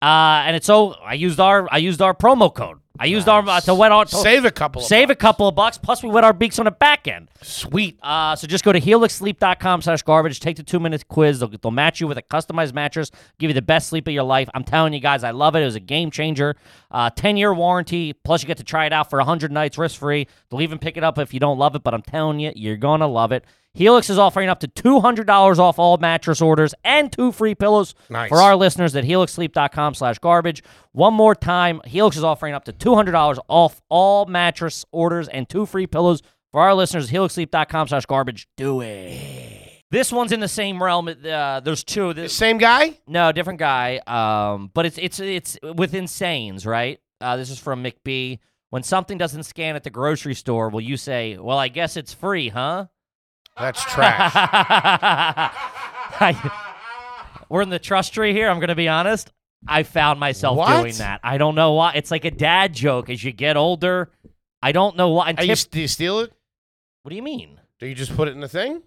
Speaker 2: Uh, and it's so I used our I used our promo code. I used our uh, to wet our to
Speaker 1: Save a couple of
Speaker 2: save a
Speaker 1: bucks.
Speaker 2: couple of bucks. Plus, we wet our beaks on the back end.
Speaker 1: Sweet.
Speaker 2: Uh, so just go to helixsleep.com/garbage. Take the two-minute quiz. They'll, they'll match you with a customized mattress, give you the best sleep of your life. I'm telling you guys, I love it. It was a game changer. Uh, Ten-year warranty. Plus, you get to try it out for 100 nights, risk-free. They'll even pick it up if you don't love it. But I'm telling you, you're gonna love it. Helix is offering up to $200 off all mattress orders and two free pillows
Speaker 1: Nice.
Speaker 2: for our listeners at helixsleep.com slash garbage. One more time, Helix is offering up to $200 off all mattress orders and two free pillows for our listeners at helixsleep.com slash garbage. Do it. This one's in the same realm. Uh, there's two. This,
Speaker 1: Same guy?
Speaker 2: no, different guy. Um, but it's it's it's with insanes, right? Uh, this is from McBee. When something doesn't scan at the grocery store, will you say, "Well, I guess it's free, huh"?
Speaker 1: That's trash.
Speaker 2: I- we're in the trust tree here. I'm going to be honest. I found myself
Speaker 1: What?
Speaker 2: doing that. I don't know why. It's like a dad joke. As you get older, I don't know why. And
Speaker 1: Are you,
Speaker 2: tip-
Speaker 1: do you steal it?
Speaker 2: what do you mean?
Speaker 1: Do you just put it in the thing?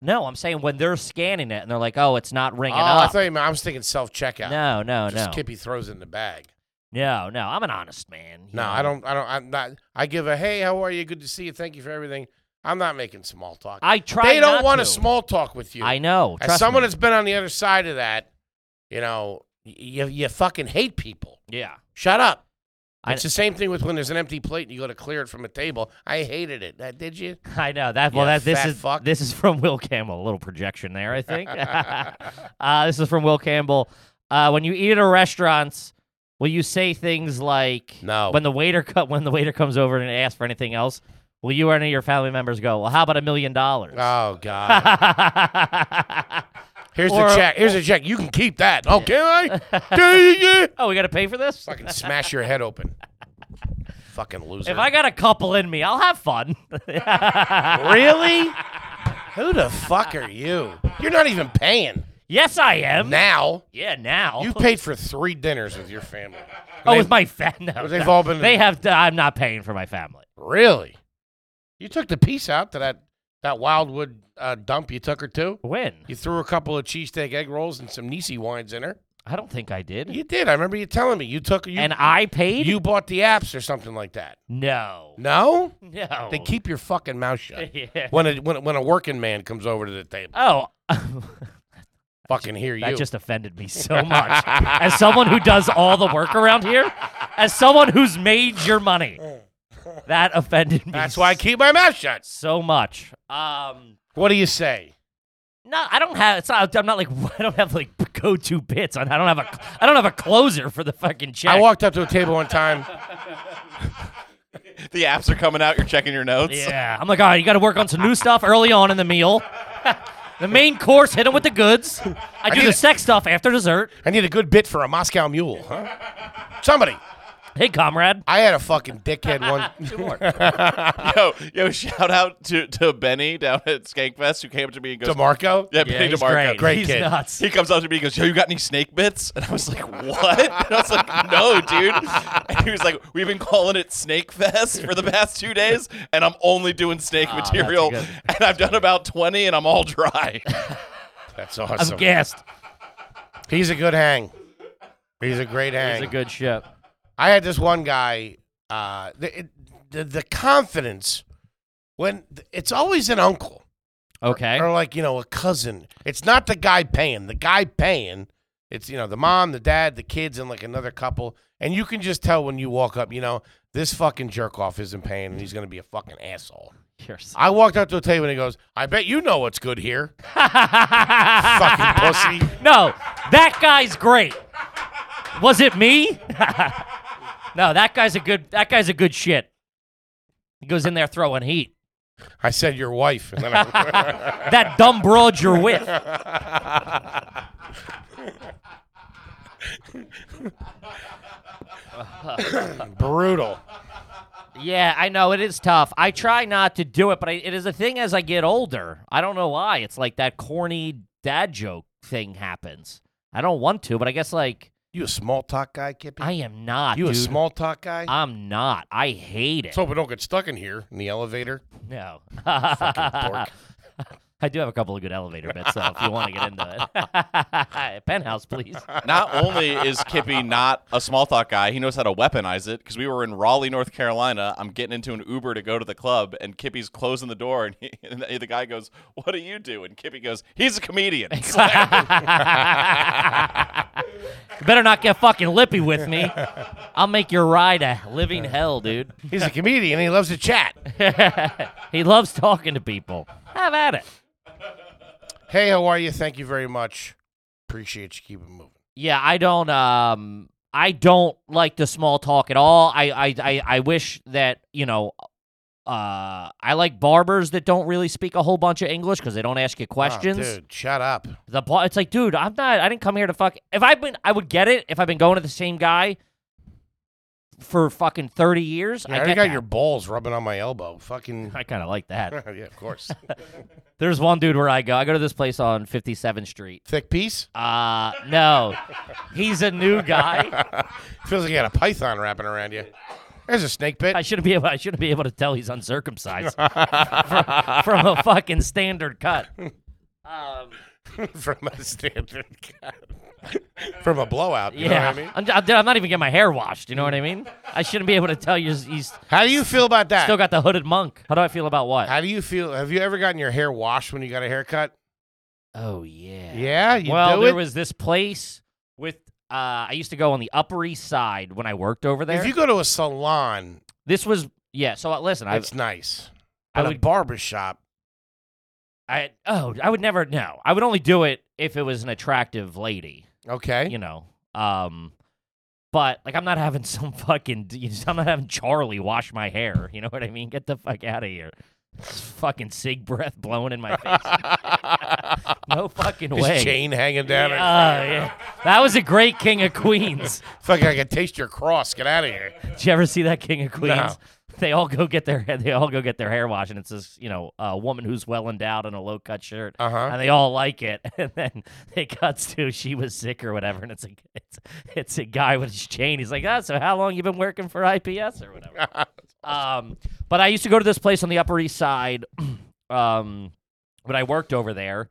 Speaker 2: No, I'm saying when they're scanning it and they're like, "Oh, it's not
Speaker 1: Oh,
Speaker 2: ringing
Speaker 1: I
Speaker 2: up."
Speaker 1: thought you meant I was thinking self checkout.
Speaker 2: no, no,
Speaker 1: just
Speaker 2: no,
Speaker 1: Kippy throws it in the bag.
Speaker 2: no, no. I'm an honest man. you
Speaker 1: No,
Speaker 2: know.
Speaker 1: I don't. I don't. I'm not. I give a hey, how are you? Good to see you. Thank you for everything. I'm not making small talk.
Speaker 2: I try.
Speaker 1: they don't
Speaker 2: not
Speaker 1: want to
Speaker 2: to.
Speaker 1: small talk with you.
Speaker 2: I know.
Speaker 1: As
Speaker 2: trust
Speaker 1: someone
Speaker 2: me.
Speaker 1: that's been on the other side of that, you know, y- you you fucking hate people.
Speaker 2: yeah.
Speaker 1: Shut up.
Speaker 2: I-
Speaker 1: it's the same thing with when there's an empty plate and you go to clear it from a table. I hated it. That did you?
Speaker 2: I know that. Well,
Speaker 1: You
Speaker 2: that this
Speaker 1: fat
Speaker 2: is
Speaker 1: fuck.
Speaker 2: this is from Will Campbell. A little projection there, I think. uh, this is from Will Campbell. Uh, when you eat at a restaurant, will you say things like
Speaker 1: No.
Speaker 2: when the waiter co- when the waiter comes over and asks for anything else? Will you or any of your family members go? Well, how about a million dollars?
Speaker 1: Oh God. Ah. Here's
Speaker 2: Or-
Speaker 1: the check. Here's the check. You can keep that. Oh, can I? Yeah, yeah, yeah.
Speaker 2: Oh, we got to pay for this.
Speaker 1: Fucking smash your head open. Fucking loser.
Speaker 2: If I got a couple in me, I'll have fun.
Speaker 1: really? Who the fuck are you? You're not even paying
Speaker 2: yes, I am.
Speaker 1: now.
Speaker 2: yeah, now.
Speaker 1: You paid for three dinners with your family.
Speaker 2: oh,
Speaker 1: They-
Speaker 2: with my family. No,
Speaker 1: They've
Speaker 2: no.
Speaker 1: all been.
Speaker 2: They have. To, I'm not paying for my family.
Speaker 1: Really? You took the piece out to that That Wildwood uh, dump you took her to?
Speaker 2: When?
Speaker 1: You threw a couple of cheesesteak egg rolls and some Nisi wines in her.
Speaker 2: I don't think I did.
Speaker 1: You did. I remember you telling me you took you
Speaker 2: and I paid?
Speaker 1: you bought the apps or something like that.
Speaker 2: no.
Speaker 1: No,
Speaker 2: No.
Speaker 1: then keep your fucking mouth shut.
Speaker 2: Oh. Yeah.
Speaker 1: When a when a, when a working man comes over to the table,
Speaker 2: Oh,
Speaker 1: fucking hear you.
Speaker 2: that just offended me so much. as someone who does all the work around here, as someone who's made your money, that offended me.
Speaker 1: That's why I keep my mouth shut.
Speaker 2: so much. Um,
Speaker 1: What do you say?
Speaker 2: No, I don't have. It's not. I'm not like. I don't have like go-to bits. I don't have a. I don't have a closer for the fucking check.
Speaker 1: I walked up to a table one time.
Speaker 4: The apps are coming out. You're checking your notes.
Speaker 2: yeah, I'm like, all right, you got to work on some new stuff early on in the meal. the main course, hit 'em with the goods. I do
Speaker 1: need
Speaker 2: the
Speaker 1: a-
Speaker 2: sex stuff after dessert.
Speaker 1: I need a good bit for a Moscow mule, huh? Somebody,
Speaker 2: Hey, comrade.
Speaker 1: I had a fucking dickhead one.
Speaker 2: Two more.
Speaker 4: Yo, yo, shout out to, to Benny down at Skankfest who came up to me and goes,
Speaker 1: Demarco.
Speaker 4: Yeah,
Speaker 2: Yeah,
Speaker 4: Benny
Speaker 2: he's
Speaker 4: DeMarco.
Speaker 2: great.
Speaker 1: Great
Speaker 2: he's
Speaker 1: kid.
Speaker 2: nuts.
Speaker 4: He comes up to me and goes, Yo, you got any snake bits? And I was like, What? And I was like, No, dude. And he was like, We've been calling it Snake Fest for the past two days, and I'm only doing snake
Speaker 2: Ah, that's a
Speaker 4: material.
Speaker 2: good-
Speaker 4: and I've done about 20, and I'm all dry.
Speaker 1: That's
Speaker 2: I'm
Speaker 1: awesome.
Speaker 2: gassed.
Speaker 1: He's a good hang. He's a great hang.
Speaker 2: It's a good ship.
Speaker 1: I had this one guy. Uh, the, it, the the confidence when it's always an uncle
Speaker 2: Okay.
Speaker 1: or like you know a cousin. It's not the guy paying. The guy paying. It's you know the mom, the dad, the kids, and like another couple. And you can just tell when you walk up. You know this fucking jerk off isn't paying, and he's gonna be a fucking asshole.
Speaker 2: Here's-
Speaker 1: I walked up to a table and he goes, "I bet you know what's good here." Fucking pussy.
Speaker 2: No, that guy's great. Was it me? no, that guy's a good. That guy's a good shit. He goes in there throwing heat.
Speaker 1: I said your wife. And then I,
Speaker 2: That dumb broad you're with.
Speaker 1: brutal.
Speaker 2: Yeah, I know it is tough. I try not to do it, but I, it is a thing as I get older. I don't know why. It's like that corny dad joke thing happens. I don't want to, but I guess like
Speaker 1: You a small talk guy, Kippy?
Speaker 2: I am not.
Speaker 1: you
Speaker 2: dude.
Speaker 1: a small talk guy?
Speaker 2: I'm not. I hate it.
Speaker 1: Let's hope we don't get stuck in here in the elevator.
Speaker 2: No.
Speaker 1: dork.
Speaker 2: I do have a couple of good elevator bits, though, if you want to get into it. Penthouse, please.
Speaker 4: Not only is Kippy not a small talk guy, he knows how to weaponize it because we were in Raleigh, North Carolina. I'm getting into an Uber to go to the club, and Kippy's closing the door, and, he, and the guy goes, What do you do? And Kippy goes, He's a comedian. It's like,
Speaker 2: You better not get fucking lippy with me. I'll make your ride a living hell, dude.
Speaker 1: He's a comedian. He loves to chat.
Speaker 2: He loves talking to people. Have at it.
Speaker 1: Hey, how are you? Thank you very much. Appreciate you. Keep it moving.
Speaker 2: Yeah, I don't. Um, I don't like the small talk at all. I, I, I, I wish that you know. Uh, I like barbers that don't really speak a whole bunch of English because they don't ask you
Speaker 1: Oh,
Speaker 2: questions.
Speaker 1: dude, shut up.
Speaker 2: The bar, it's like, dude, I'm not. I didn't come here to fuck. If I've been, I would get it. If I've been going to the same guy for fucking thirty years,
Speaker 1: I
Speaker 2: I
Speaker 1: already
Speaker 2: get
Speaker 1: got
Speaker 2: that.
Speaker 1: your balls rubbing on my elbow. Fucking.
Speaker 2: I kind of like that.
Speaker 1: yeah, of course.
Speaker 2: There's one dude where I go. I go to this place on 57th Street.
Speaker 1: Thick piece?
Speaker 2: Uh, no, he's a new guy.
Speaker 1: Feels like you got a python wrapping around you. There's a snake bit.
Speaker 2: I shouldn't be able. I shouldn't be able to tell he's uncircumcised from, from a fucking standard cut. Um,
Speaker 1: from a standard cut. from a blowout. You know
Speaker 2: yeah,
Speaker 1: what I mean?
Speaker 2: I'm, j- I'm, dude, I'm not even getting my hair washed. You know what I mean? I shouldn't be able to tell you. He's
Speaker 1: How do you feel about that?
Speaker 2: still got the hooded monk. How do I feel about what?
Speaker 1: How do you feel? Have you ever gotten your hair washed when you got a haircut?
Speaker 2: Oh yeah.
Speaker 1: Yeah, you
Speaker 2: well,
Speaker 1: do
Speaker 2: there
Speaker 1: it.
Speaker 2: was this place with. Uh, I used to go on the Upper East Side when I worked over there.
Speaker 1: if you go to a salon,
Speaker 2: this was yeah. So uh, listen, I,
Speaker 1: it's nice.
Speaker 2: I
Speaker 1: At a
Speaker 2: would-
Speaker 1: barber shop,
Speaker 2: I oh I would never no. I would only do it if it was an attractive lady.
Speaker 1: okay.
Speaker 2: you know. Um, but like, I'm not having some fucking. I'm not having Charlie wash my hair. You know what I mean? Get the fuck out of here. This fucking sig breath blowing in my face. no fucking
Speaker 1: His
Speaker 2: way.
Speaker 1: chain hanging
Speaker 2: Yeah,
Speaker 1: down. Yeah.
Speaker 2: yeah. That was a great King of Queens.
Speaker 1: Fuck, I can taste your cross. Get out of here.
Speaker 2: Did you ever see that King of Queens? They all go get their they all go get their hair washed, and it's this you know a woman who's well endowed in a low cut shirt,
Speaker 1: Uh-huh.
Speaker 2: and they all like it. And then it cuts to she was sick or whatever, and it's a it's, it's a guy with his chain. He's like, ah, so how long you been working for IPS or whatever? um, but I used to go to this place on the Upper East Side um, when I worked over there.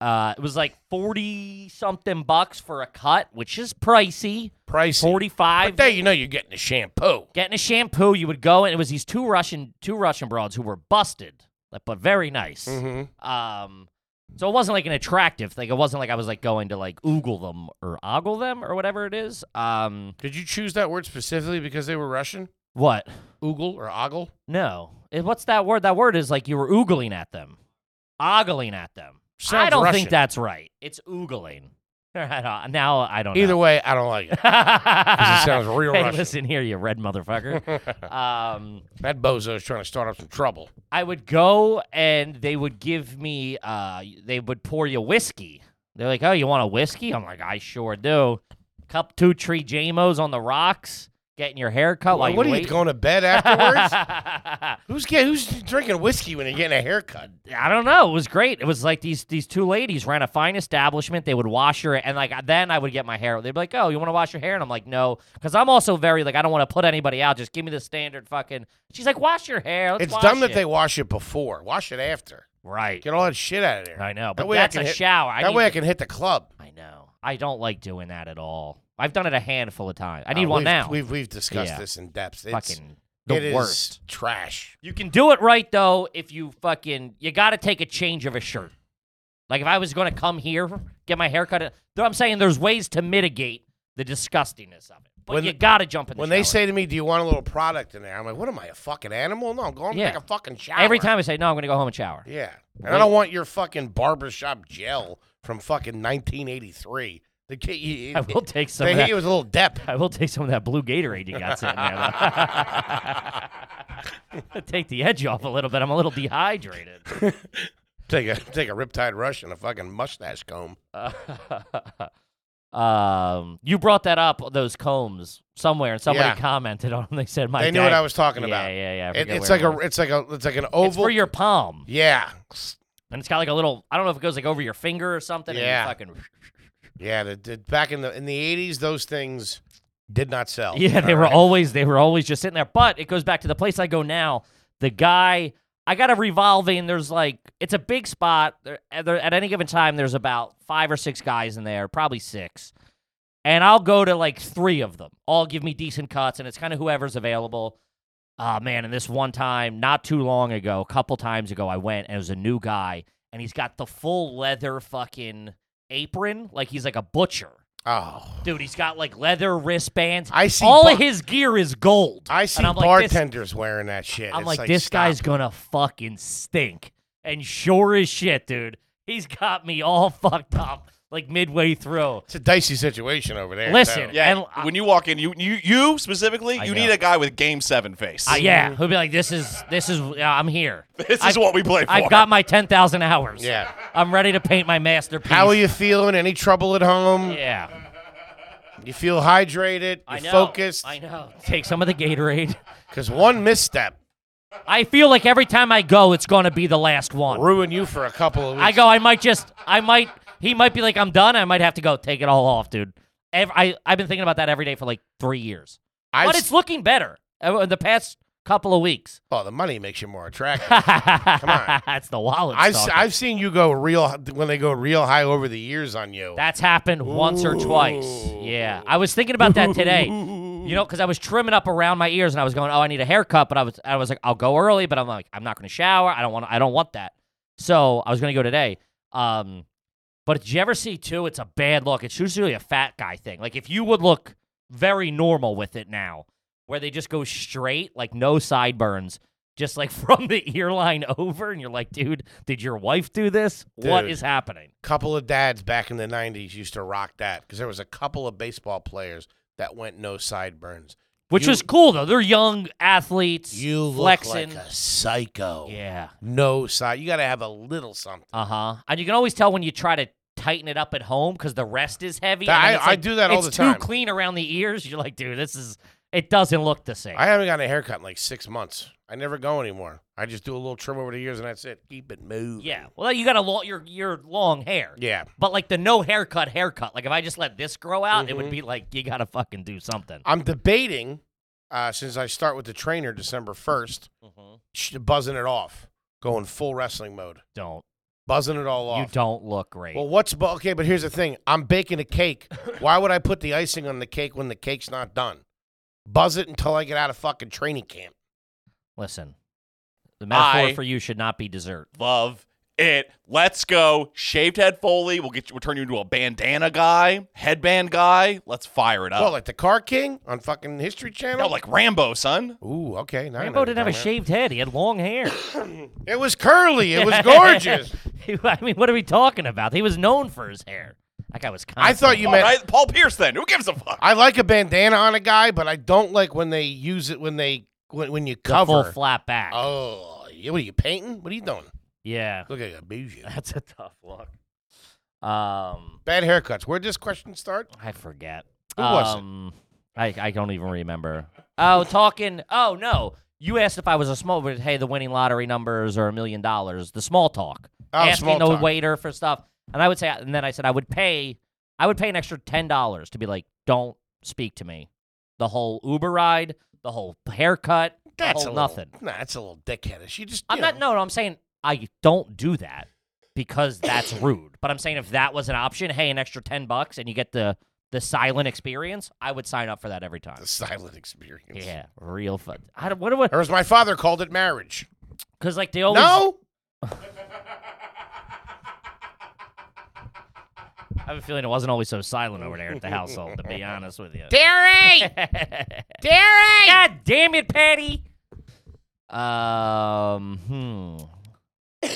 Speaker 2: Uh, it was like forty something bucks for a cut, which is pricey.
Speaker 1: Pricey.
Speaker 2: Forty
Speaker 1: But
Speaker 2: five.
Speaker 1: there you know you're getting the shampoo.
Speaker 2: Getting a shampoo, you would go, and it was these two Russian two Russian broads who were busted, like, but very nice.
Speaker 1: Mm-hmm.
Speaker 2: Um, so it wasn't like an attractive thing. It wasn't like I was like going to like oogle them or ogle them or whatever it is. Um,
Speaker 1: Did you choose that word specifically because they were Russian?
Speaker 2: what?
Speaker 1: Oogle or ogle?
Speaker 2: No. It, what's that word? That word is like you were oogling at them, ogling at them. I
Speaker 1: Sounds
Speaker 2: don't
Speaker 1: Russian.
Speaker 2: think that's right. It's oogling. now I don't
Speaker 1: Either
Speaker 2: know.
Speaker 1: way, I don't like it. 'cause it sounds real
Speaker 2: Oh, hey,
Speaker 1: Russian.
Speaker 2: listen here, you red motherfucker. um,
Speaker 1: That bozo's trying to start up some trouble.
Speaker 2: I would go and they would give me uh they would pour you whiskey. They're like, "Oh, you want a whiskey?" I'm like, "I sure do." Cup two tree Jamos on the rocks, getting your hair cut while
Speaker 1: what
Speaker 2: you
Speaker 1: are
Speaker 2: wait.
Speaker 1: you going to bed afterwards? who's get, who's drinking whiskey when they're getting a haircut?
Speaker 2: I don't know. It was great. It was like these these two ladies ran a fine establishment. They would wash your and like then I would get my hair. They'd be like, "Oh, you want to wash your hair?" And I'm like, "No," because I'm also very like I don't want to put anybody out. Just give me the standard fucking. She's like, "Wash your hair." Let's
Speaker 1: it's
Speaker 2: wash
Speaker 1: dumb that
Speaker 2: it."
Speaker 1: they wash it before. Wash it after.
Speaker 2: right.
Speaker 1: Get all that shit out of there.
Speaker 2: I know,
Speaker 1: That
Speaker 2: but
Speaker 1: way I
Speaker 2: that's
Speaker 1: can
Speaker 2: a
Speaker 1: hit-
Speaker 2: shower. I
Speaker 1: that
Speaker 2: need
Speaker 1: way I
Speaker 2: to-
Speaker 1: can hit the club.
Speaker 2: I know. I don't like doing that at all. I've done it a handful of times. I
Speaker 1: Uh,
Speaker 2: need one
Speaker 1: we've,
Speaker 2: now.
Speaker 1: We've we've discussed
Speaker 2: Yeah.
Speaker 1: this in depth. It's
Speaker 2: fucking the
Speaker 1: it is
Speaker 2: worst.
Speaker 1: trash.
Speaker 2: You can do it right though if you fucking you got to take a change of a shirt. Like if I was going to come here, get my hair cut, though I'm saying there's ways to mitigate the disgustingness of it. But
Speaker 1: When-
Speaker 2: you got to jump in the
Speaker 1: When they
Speaker 2: shower.
Speaker 1: say to me, "Do you want a little product in there?" I'm like, "What am I, a fucking animal? No, I'm going
Speaker 2: Yeah.
Speaker 1: to take a fucking shower."
Speaker 2: every time I say no, I'm going to go home and shower.
Speaker 1: Yeah, and I don't want your fucking barbershop gel from fucking 1983. The kid, you,
Speaker 2: I will take some
Speaker 1: They
Speaker 2: of
Speaker 1: hit
Speaker 2: that.
Speaker 1: you with a little dip.
Speaker 2: I will take some of that blue Gatorade you got sitting there. though. take the edge off a little bit. I'm a little dehydrated.
Speaker 1: Take a take a riptide rush and a fucking mustache comb.
Speaker 2: Oh um, you brought that up those combs somewhere, and somebody
Speaker 1: Yeah.
Speaker 2: commented on them. They said my.
Speaker 1: they knew what
Speaker 2: dad-
Speaker 1: I was talking about.
Speaker 2: Yeah, yeah, yeah. I
Speaker 1: It-
Speaker 2: forget
Speaker 1: it's
Speaker 2: where
Speaker 1: like
Speaker 2: it
Speaker 1: a
Speaker 2: was.
Speaker 1: it's like a it's like an
Speaker 2: It's
Speaker 1: oval.
Speaker 2: for your palm,
Speaker 1: yeah,
Speaker 2: and it's got like a little. I don't know if it goes like over your finger or something.
Speaker 1: Yeah.
Speaker 2: And you fucking,
Speaker 1: yeah. The, the- back in the in the 80s, those things did not sell.
Speaker 2: yeah, they
Speaker 1: Oh, All
Speaker 2: were
Speaker 1: right.
Speaker 2: always they were always just sitting there. But it goes back to the place I go now. The guy. I got a revolving. There's like it's a big spot. There, at there- at any given time, there's about five or six guys in there, probably six. and I'll go to like three of them. All give me decent cuts, and it's kind of whoever's available. Ah man, and this one time, not too long ago, a couple times ago, I went and it was a new guy, and he's got the full leather fucking apron, like he's like a butcher,
Speaker 1: Oh,
Speaker 2: dude. He's got like leather wristbands.
Speaker 1: I see
Speaker 2: all
Speaker 1: bar-
Speaker 2: of his gear is gold.
Speaker 1: I see
Speaker 2: and I'm like, this-
Speaker 1: bartenders wearing that shit.
Speaker 2: I'm
Speaker 1: It's
Speaker 2: like, this
Speaker 1: stop.
Speaker 2: guy's gonna fucking stink. And sure as shit, dude, he's got me all fucked up like midway through.
Speaker 1: It's a dicey situation over there.
Speaker 2: Listen,
Speaker 1: too.
Speaker 4: Yeah,
Speaker 2: And-
Speaker 4: when you walk in, you you you specifically,
Speaker 2: I
Speaker 4: you
Speaker 2: know.
Speaker 4: need a guy with game seven face.
Speaker 2: Uh, yeah, he'll be like, "This is this is uh, I'm here.
Speaker 4: this is
Speaker 2: I've-
Speaker 4: what we play for.
Speaker 2: I've got my ten thousand hours.
Speaker 1: Yeah.
Speaker 2: I'm ready to paint my masterpiece.
Speaker 1: How are you feeling? Any trouble at home?
Speaker 2: Yeah,
Speaker 1: You feel hydrated?
Speaker 2: I know.
Speaker 1: You're focused?
Speaker 2: I know. Take some of the Gatorade.
Speaker 1: Because one misstep
Speaker 2: I feel like every time I go, it's gonna be the last one.
Speaker 1: ruin you for a couple of weeks.
Speaker 2: I go. I might just. I might. He might be like, "I'm done." I might have to go take it all off, dude. Ev- I I've been thinking about that every day for like three years,
Speaker 1: I
Speaker 2: but
Speaker 1: s-
Speaker 2: it's looking better uh, in the past couple of weeks.
Speaker 1: oh, the money makes you more attractive. on.
Speaker 2: That's the wallet.
Speaker 1: I've,
Speaker 2: talking.
Speaker 1: I've seen you go real when they go real high over the years on you.
Speaker 2: That's happened once or twice. Yeah. I was thinking about that today. You know, because I was trimming up around my ears and I was going, "Oh, I need a haircut," but I was, I was like, "I'll go early," but I'm like, "I'm not going to shower. I don't want, I don't want that." So I was going to go today. Um, but did you ever see too? It's a bad look. It's usually a fat guy thing. Like if you would look very normal with it now, where they just go straight, like no sideburns, just like from the earline over, and you're like, "Dude, did your wife do this? What
Speaker 1: Dude.
Speaker 2: is happening?"
Speaker 1: couple of dads back in the 90s used to rock that because there was a couple of baseball players that went no sideburns.
Speaker 2: Which
Speaker 1: You-
Speaker 2: was cool though. They're young athletes.
Speaker 1: You look
Speaker 2: flexing.
Speaker 1: like a psycho.
Speaker 2: yeah.
Speaker 1: No side. You got to have a little something.
Speaker 2: Uh huh. And you can always tell when you try to tighten it up at home because the rest is heavy.
Speaker 1: That-
Speaker 2: and
Speaker 1: I-
Speaker 2: it's
Speaker 1: I
Speaker 2: like-
Speaker 1: do that all
Speaker 2: it's
Speaker 1: the time.
Speaker 2: Too clean around the ears. You're like, dude, this is. It doesn't look the same.
Speaker 1: I haven't gotten a haircut in like six months. I never go anymore. I just do a little trim over the years and that's it. Keep it moving.
Speaker 2: yeah. Well, you got a long your your long hair.
Speaker 1: Yeah.
Speaker 2: But like the no haircut haircut. Like if I just let this grow out,
Speaker 1: Mm-hmm.
Speaker 2: it would be like you gotta fucking do something.
Speaker 1: I'm debating uh, since I start with the trainer December 1st,
Speaker 4: Mm-hmm.
Speaker 2: Mhm.
Speaker 1: sh- buzzing it off. going full wrestling mode,
Speaker 2: Don't.
Speaker 1: buzzing it all off.
Speaker 2: You don't look great.
Speaker 1: Well, what's bu- okay? But here's the thing: I'm baking a cake. Why would I put the icing on the cake when the cake's not done? Buzz it until I get out of fucking training camp.
Speaker 2: Listen, the metaphor
Speaker 4: I-
Speaker 2: for you should not be dessert.
Speaker 4: Love it. Let's go. Shaved head Foley. We'll get you. We'll turn you into a bandana guy, headband guy. Let's fire it up.
Speaker 2: Oh.
Speaker 1: Well, like the Car King on fucking History Channel.
Speaker 4: no, like Rambo, son.
Speaker 1: Ooh, okay. now I know
Speaker 2: Rambo
Speaker 1: what
Speaker 2: didn't
Speaker 1: you're
Speaker 2: have a
Speaker 1: talking
Speaker 2: shaved head. He had long hair.
Speaker 1: about. It was curly. It was gorgeous.
Speaker 2: He- I mean, what are we talking about? He was known for his hair. That guy was.
Speaker 1: I thought you
Speaker 4: All
Speaker 1: meant.
Speaker 4: right, Paul Pierce. Then who gives a fuck?
Speaker 1: I like a bandana on a guy, but I don't like when they use it when they when, when you
Speaker 2: the full
Speaker 1: cover.
Speaker 2: flat back.
Speaker 1: Oh, yeah, what are you painting? What are you doing?
Speaker 2: Yeah,
Speaker 1: Look at that bougie.
Speaker 2: that's a tough look. Um,
Speaker 1: Bad haircuts. Where'd this question start?
Speaker 2: I forget.
Speaker 1: Who was it?
Speaker 2: um, I I don't even remember. Oh, talking. Oh no, you asked if I was a small. but, Hey, the winning lottery numbers or a million dollars. The small talk.
Speaker 1: Oh,
Speaker 2: asking
Speaker 1: small
Speaker 2: the
Speaker 1: talk.
Speaker 2: waiter for stuff, and I would say, and then I said I would pay. I would pay an extra ten dollars to be like, don't speak to me. The whole Uber ride, the whole haircut,
Speaker 1: That's
Speaker 2: the
Speaker 1: a little,
Speaker 2: whole nothing.
Speaker 1: Nah, that's a little dickheadish. You just.
Speaker 2: I'm
Speaker 1: you
Speaker 2: not.
Speaker 1: know.
Speaker 2: No, no, I'm saying I don't do that because that's rude. But I'm saying if that was an option, hey, an extra ten bucks and you get the the silent experience, I would sign up for that every time.
Speaker 1: the silent experience.
Speaker 2: Yeah, real fun. I don't. What do I?
Speaker 1: Or as my father called it, marriage.
Speaker 2: Because like they always.
Speaker 1: No?
Speaker 2: I have a feeling it wasn't always so silent over there at the household. to be honest with you.
Speaker 1: Derry! Derry!
Speaker 2: God damn it, Patty. Um. Hmm.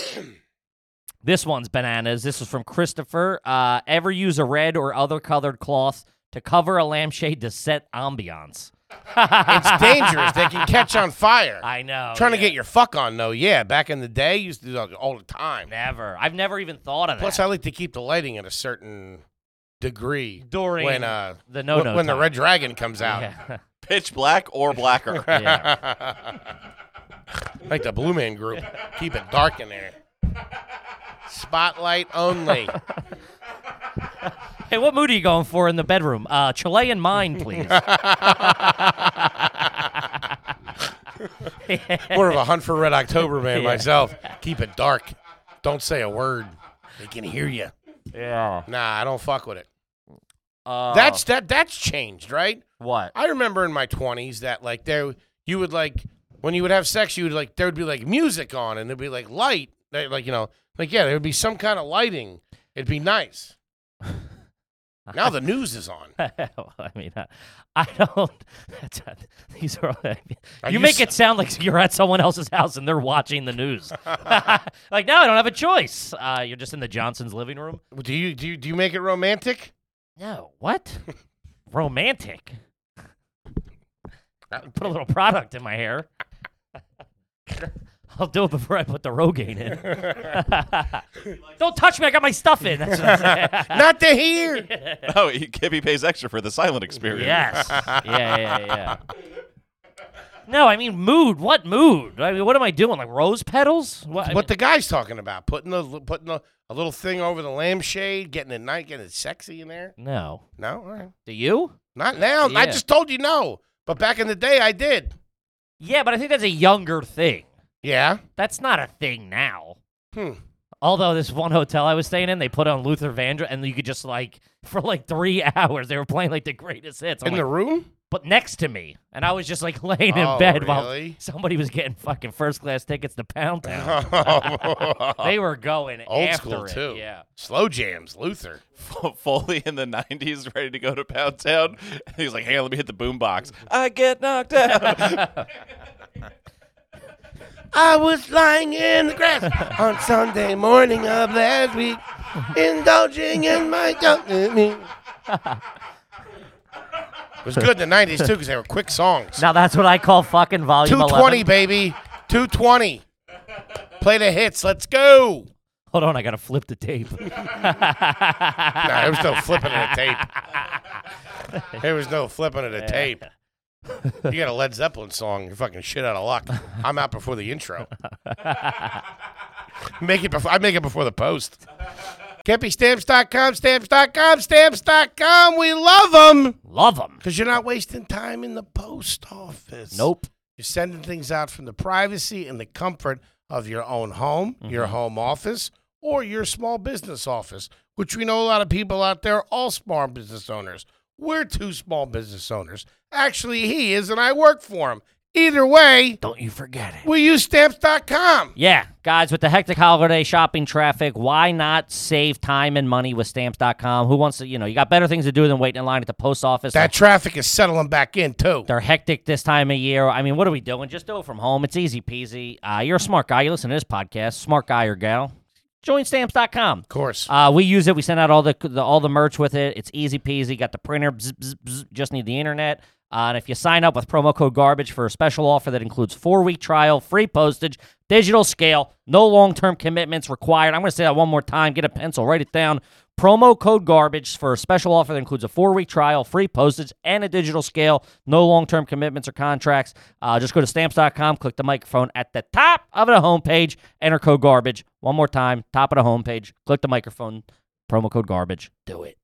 Speaker 2: this one's bananas. This is from Christopher. Uh, ever use a red or other colored cloth to cover a lampshade to set ambiance?
Speaker 1: It's dangerous. They can catch on fire.
Speaker 2: I know.
Speaker 1: Trying to
Speaker 2: Oh, yeah.
Speaker 1: get your fuck on, though. Yeah, back in the day, used to do that all the time.
Speaker 2: Never. I've never even thought of
Speaker 1: Plus,
Speaker 2: that.
Speaker 1: I like to keep the lighting at a certain degree
Speaker 2: During
Speaker 1: when uh
Speaker 2: the no-no
Speaker 1: when the
Speaker 2: time.
Speaker 1: red dragon comes out.
Speaker 2: Yeah.
Speaker 4: Pitch black or blacker.
Speaker 2: yeah.
Speaker 1: like the Blue Man Group. Keep it dark in there. Spotlight only.
Speaker 2: Hey, what mood are you going for in the bedroom? Uh, Chilean mine, please.
Speaker 1: More of a hunt for Red October man myself. Keep it dark. Don't say a word. They can hear you.
Speaker 2: yeah.
Speaker 1: Nah, I don't fuck with it.
Speaker 2: Uh,
Speaker 1: That's that. That's changed, right?
Speaker 2: what.
Speaker 1: I remember in my twenties that like there you would like when you would have sex, you would like there would be like music on and there'd be like light, like like, you know, like yeah, there would be some kind of lighting. It'd be nice. now the news is on.
Speaker 2: Well, I mean, uh, I don't. That's, uh, these are. all-
Speaker 1: Are
Speaker 2: you,
Speaker 1: you
Speaker 2: make
Speaker 1: s-
Speaker 2: it sound like you're at someone else's house and they're watching the news. like, no, I don't have a choice. Uh, you're just in the Johnson's living room.
Speaker 1: Do you do you, do you make it romantic?
Speaker 2: No, what? Romantic. Put a little product in my hair. I'll do it before I put the Rogaine in. don't touch me. I got my stuff in. That's what I'm saying.
Speaker 1: Not to hear.
Speaker 4: Oh, he, Kippy pays extra for the silent experience.
Speaker 2: Yes. Yeah, yeah, yeah. No, I mean mood. What mood? I mean, what am I doing? Like rose petals? What? I
Speaker 1: What
Speaker 2: mean-
Speaker 1: the guy's talking about? Putting the putting the, a little thing over the lampshade, getting it night, getting it sexy in there.
Speaker 2: no.
Speaker 1: No, all right.
Speaker 2: Do you?
Speaker 1: Not now. I
Speaker 2: Yeah.
Speaker 1: just told you no. But back in the day, I did.
Speaker 2: Yeah, but I think that's a younger thing.
Speaker 1: Yeah.
Speaker 2: That's not a thing now.
Speaker 1: Hmm.
Speaker 2: Although this one hotel I was staying in, they put on Luther Vandross, and you could just like for like three hours they were playing like the greatest hits. I'm
Speaker 1: In
Speaker 2: like,
Speaker 1: the room?
Speaker 2: but next to me, and I was just like laying in
Speaker 1: Oh,
Speaker 2: bed while
Speaker 1: really?
Speaker 2: somebody was getting fucking first class tickets to Pound Town.
Speaker 1: Old
Speaker 2: they were going after
Speaker 1: school
Speaker 2: it,
Speaker 1: too.
Speaker 2: Yeah.
Speaker 1: Slow jams, Luther.
Speaker 4: Fo- Foley in the 90s, ready to go to Pound Town. He's like, hey, let me hit the boombox. I get knocked out.
Speaker 1: I was lying in the grass on Sunday morning of last week, indulging in my me. It was good in the '90s too, because they were quick songs.
Speaker 2: Now that's what I call fucking volume
Speaker 1: 220,
Speaker 2: 11.
Speaker 1: baby, 220. Play the hits. Let's go.
Speaker 2: Hold on, I gotta flip the tape.
Speaker 1: Nah, there was no flipping of the tape. There was no flipping of the tape. You got a Led Zeppelin song, you're fucking shit out of luck. I'm out before the intro. make it before I make it before the post. KeppyStamps.com, stamps.com, stamps.com. We love them
Speaker 2: Love them.
Speaker 1: because you're not wasting time in the post office.
Speaker 2: Nope.
Speaker 1: You're sending things out from the privacy and the comfort of your own home,
Speaker 2: Mm-hmm.
Speaker 1: your home office, or your small business office, which we know a lot of people out there are all small business owners. We're two small business owners. Actually, he is, and I work for him. Either way,
Speaker 2: Don't you forget it.
Speaker 1: we use stamps.com.
Speaker 2: Yeah, guys, with the hectic holiday shopping traffic, why not save time and money with stamps.com? Who wants to, you know, you got better things to do than waiting in line at the post office.
Speaker 1: That traffic is settling back in, too.
Speaker 2: They're hectic this time of year. I mean, what are we doing? Just do it from home. It's easy peasy. Uh, you're a smart guy. You listen to this podcast, smart guy or gal. Join stamps.com.
Speaker 1: Of course.
Speaker 2: Uh, we use it. We send out all the, the all the merch with it. It's easy peasy. Got the printer. Bzz, bzz, bzz, just need the internet. Uh, and if you sign up with promo code garbage for a special offer that includes four week trial, free postage, digital scale, no long term commitments required. I'm going to say that one more time. Get a pencil. Write it down. Promo code garbage for a special offer that includes a four week trial, free postage, and a digital scale. No long term commitments or contracts. Uh, just go to stamps.com, click the microphone at the top of the homepage, enter code garbage. One more time, top of the homepage, click the microphone, promo code garbage. Do it.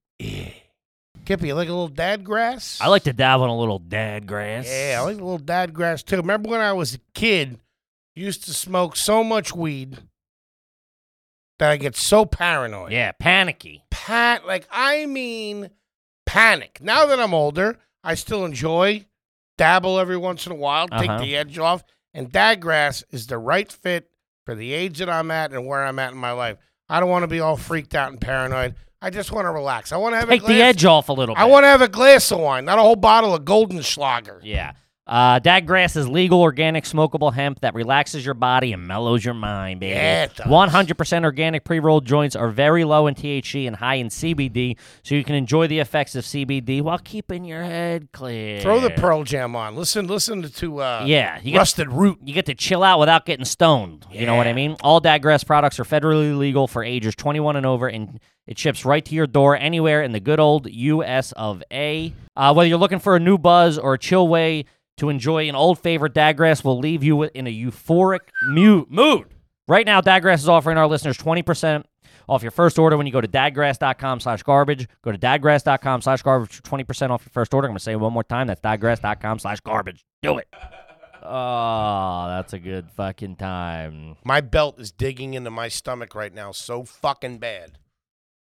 Speaker 1: Kippy, you like a little dad grass?
Speaker 2: I like to dabble in a little dad grass.
Speaker 1: Yeah, I like a little dad grass, too. Remember when I was a kid, used to smoke so much weed that I get so paranoid.
Speaker 2: yeah, panicky.
Speaker 1: Pat, like, I mean, panic. Now that I'm older, I still enjoy, dabble every once in a while, take
Speaker 2: Uh-huh.
Speaker 1: the edge off. And dad grass is the right fit for the age that I'm at and where I'm at in my life. I don't want to be all freaked out and paranoid. I just want to relax. I want to have
Speaker 2: Take
Speaker 1: a glass.
Speaker 2: the edge off a little bit.
Speaker 1: I want to have a glass of wine, not a whole bottle of Golden Schlager.
Speaker 2: Yeah. Uh, dad grass is legal, organic, smokable hemp that relaxes your body and mellows your mind, baby.
Speaker 1: Yeah, it does.
Speaker 2: 100% organic pre rolled joints are very low in THC and high in CBD, so you can enjoy the effects of CBD while keeping your head clear.
Speaker 1: Throw the Pearl Jam on. Listen, listen to uh,
Speaker 2: Yeah. You get,
Speaker 1: Rusted Root.
Speaker 2: you get to chill out without getting stoned. You know what I mean? All dad grass products are federally legal for ages 21 and over, and it ships right to your door anywhere in the good old U.S. of A. Uh, whether you're looking for a new buzz or a chill way to enjoy an old favorite, Dadgrass will leave you in a euphoric mu- mood. Right now, Dadgrass is offering our listeners 20% off your first order when you go to dadgrass.com slash garbage. Go to dadgrass.com slash garbage for 20% off your first order. I'm going to say it one more time. That's dadgrass.com slash garbage. Do it. Oh, that's a good fucking time.
Speaker 1: My belt is digging into my stomach right now so fucking bad.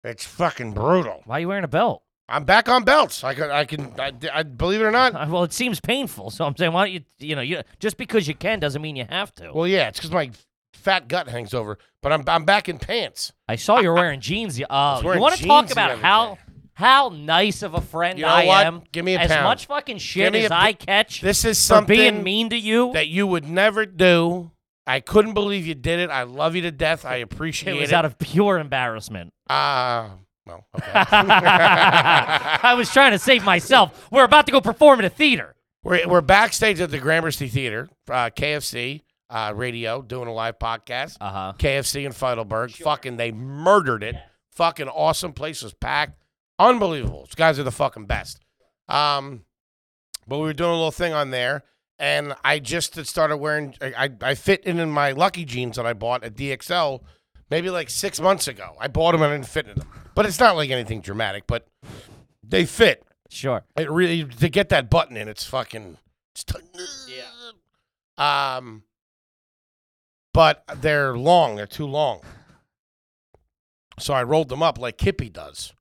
Speaker 1: It's fucking brutal.
Speaker 2: Why are you wearing a belt?
Speaker 1: I'm back on belts. I can, I can, I, I- believe it or not.
Speaker 2: Uh, Well, it seems painful, so I'm saying, why don't you, you know, you just because you can doesn't mean you have to.
Speaker 1: Well, yeah, it's because my fat gut hangs over, but I'm, I'm back in pants.
Speaker 2: I saw you're wearing jeans. y- Oh,
Speaker 1: wearing
Speaker 2: you want to
Speaker 1: jeans
Speaker 2: talk
Speaker 1: the
Speaker 2: about
Speaker 1: other
Speaker 2: how how nice of a friend
Speaker 1: You know
Speaker 2: I
Speaker 1: what?
Speaker 2: am?
Speaker 1: Give me a
Speaker 2: as
Speaker 1: pound.
Speaker 2: much fucking shit
Speaker 1: me
Speaker 2: as
Speaker 1: a-
Speaker 2: I catch
Speaker 1: This is
Speaker 2: for
Speaker 1: something
Speaker 2: being mean to you.
Speaker 1: that you would never do. I couldn't believe you did it. I love you to death. I appreciate
Speaker 2: It
Speaker 1: it.
Speaker 2: was out of pure embarrassment.
Speaker 1: Ah, well, okay.
Speaker 2: I was trying to save myself. We're about to go perform at a theater.
Speaker 1: We're, we're backstage at the Gramercy Theater, uh, KFC uh, radio, doing a live podcast.
Speaker 2: Uh huh.
Speaker 1: KFC in Feidelberg. Fucking, they murdered it. Fucking awesome. Place was packed. Unbelievable. These guys are the fucking best. Um, but we were doing a little thing on there, and I just had started wearing. I, I I fit in in my lucky jeans that I bought at DXL maybe like six months ago. I bought them and I didn't fit in them. But it's not like anything dramatic, but they fit.
Speaker 2: Sure.
Speaker 1: It really to get that button in, it's fucking. It's t- yeah. Um, but they're long. They're too long. So I rolled them up like Kippy does,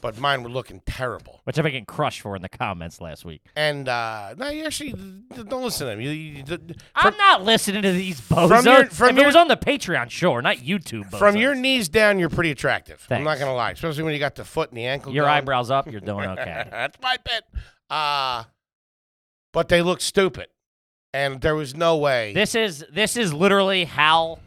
Speaker 1: but mine were looking terrible.
Speaker 2: Which I've been getting crushed for in the comments last week.
Speaker 1: And uh, no, you actually don't listen to them. You, you, you-
Speaker 2: I'm not listening to these bozos.
Speaker 1: From your- from
Speaker 2: if it
Speaker 1: your-
Speaker 2: was on the Patreon, sure, not YouTube. Bozos.
Speaker 1: from your knees down, you're pretty attractive. I'm not
Speaker 2: Thanks.
Speaker 1: gonna lie, especially when you got the foot and the ankle.
Speaker 2: your
Speaker 1: going.
Speaker 2: eyebrows up, you're doing okay.
Speaker 1: That's my bet. Uh, but they look stupid, and there was no way.
Speaker 2: This is this is literally how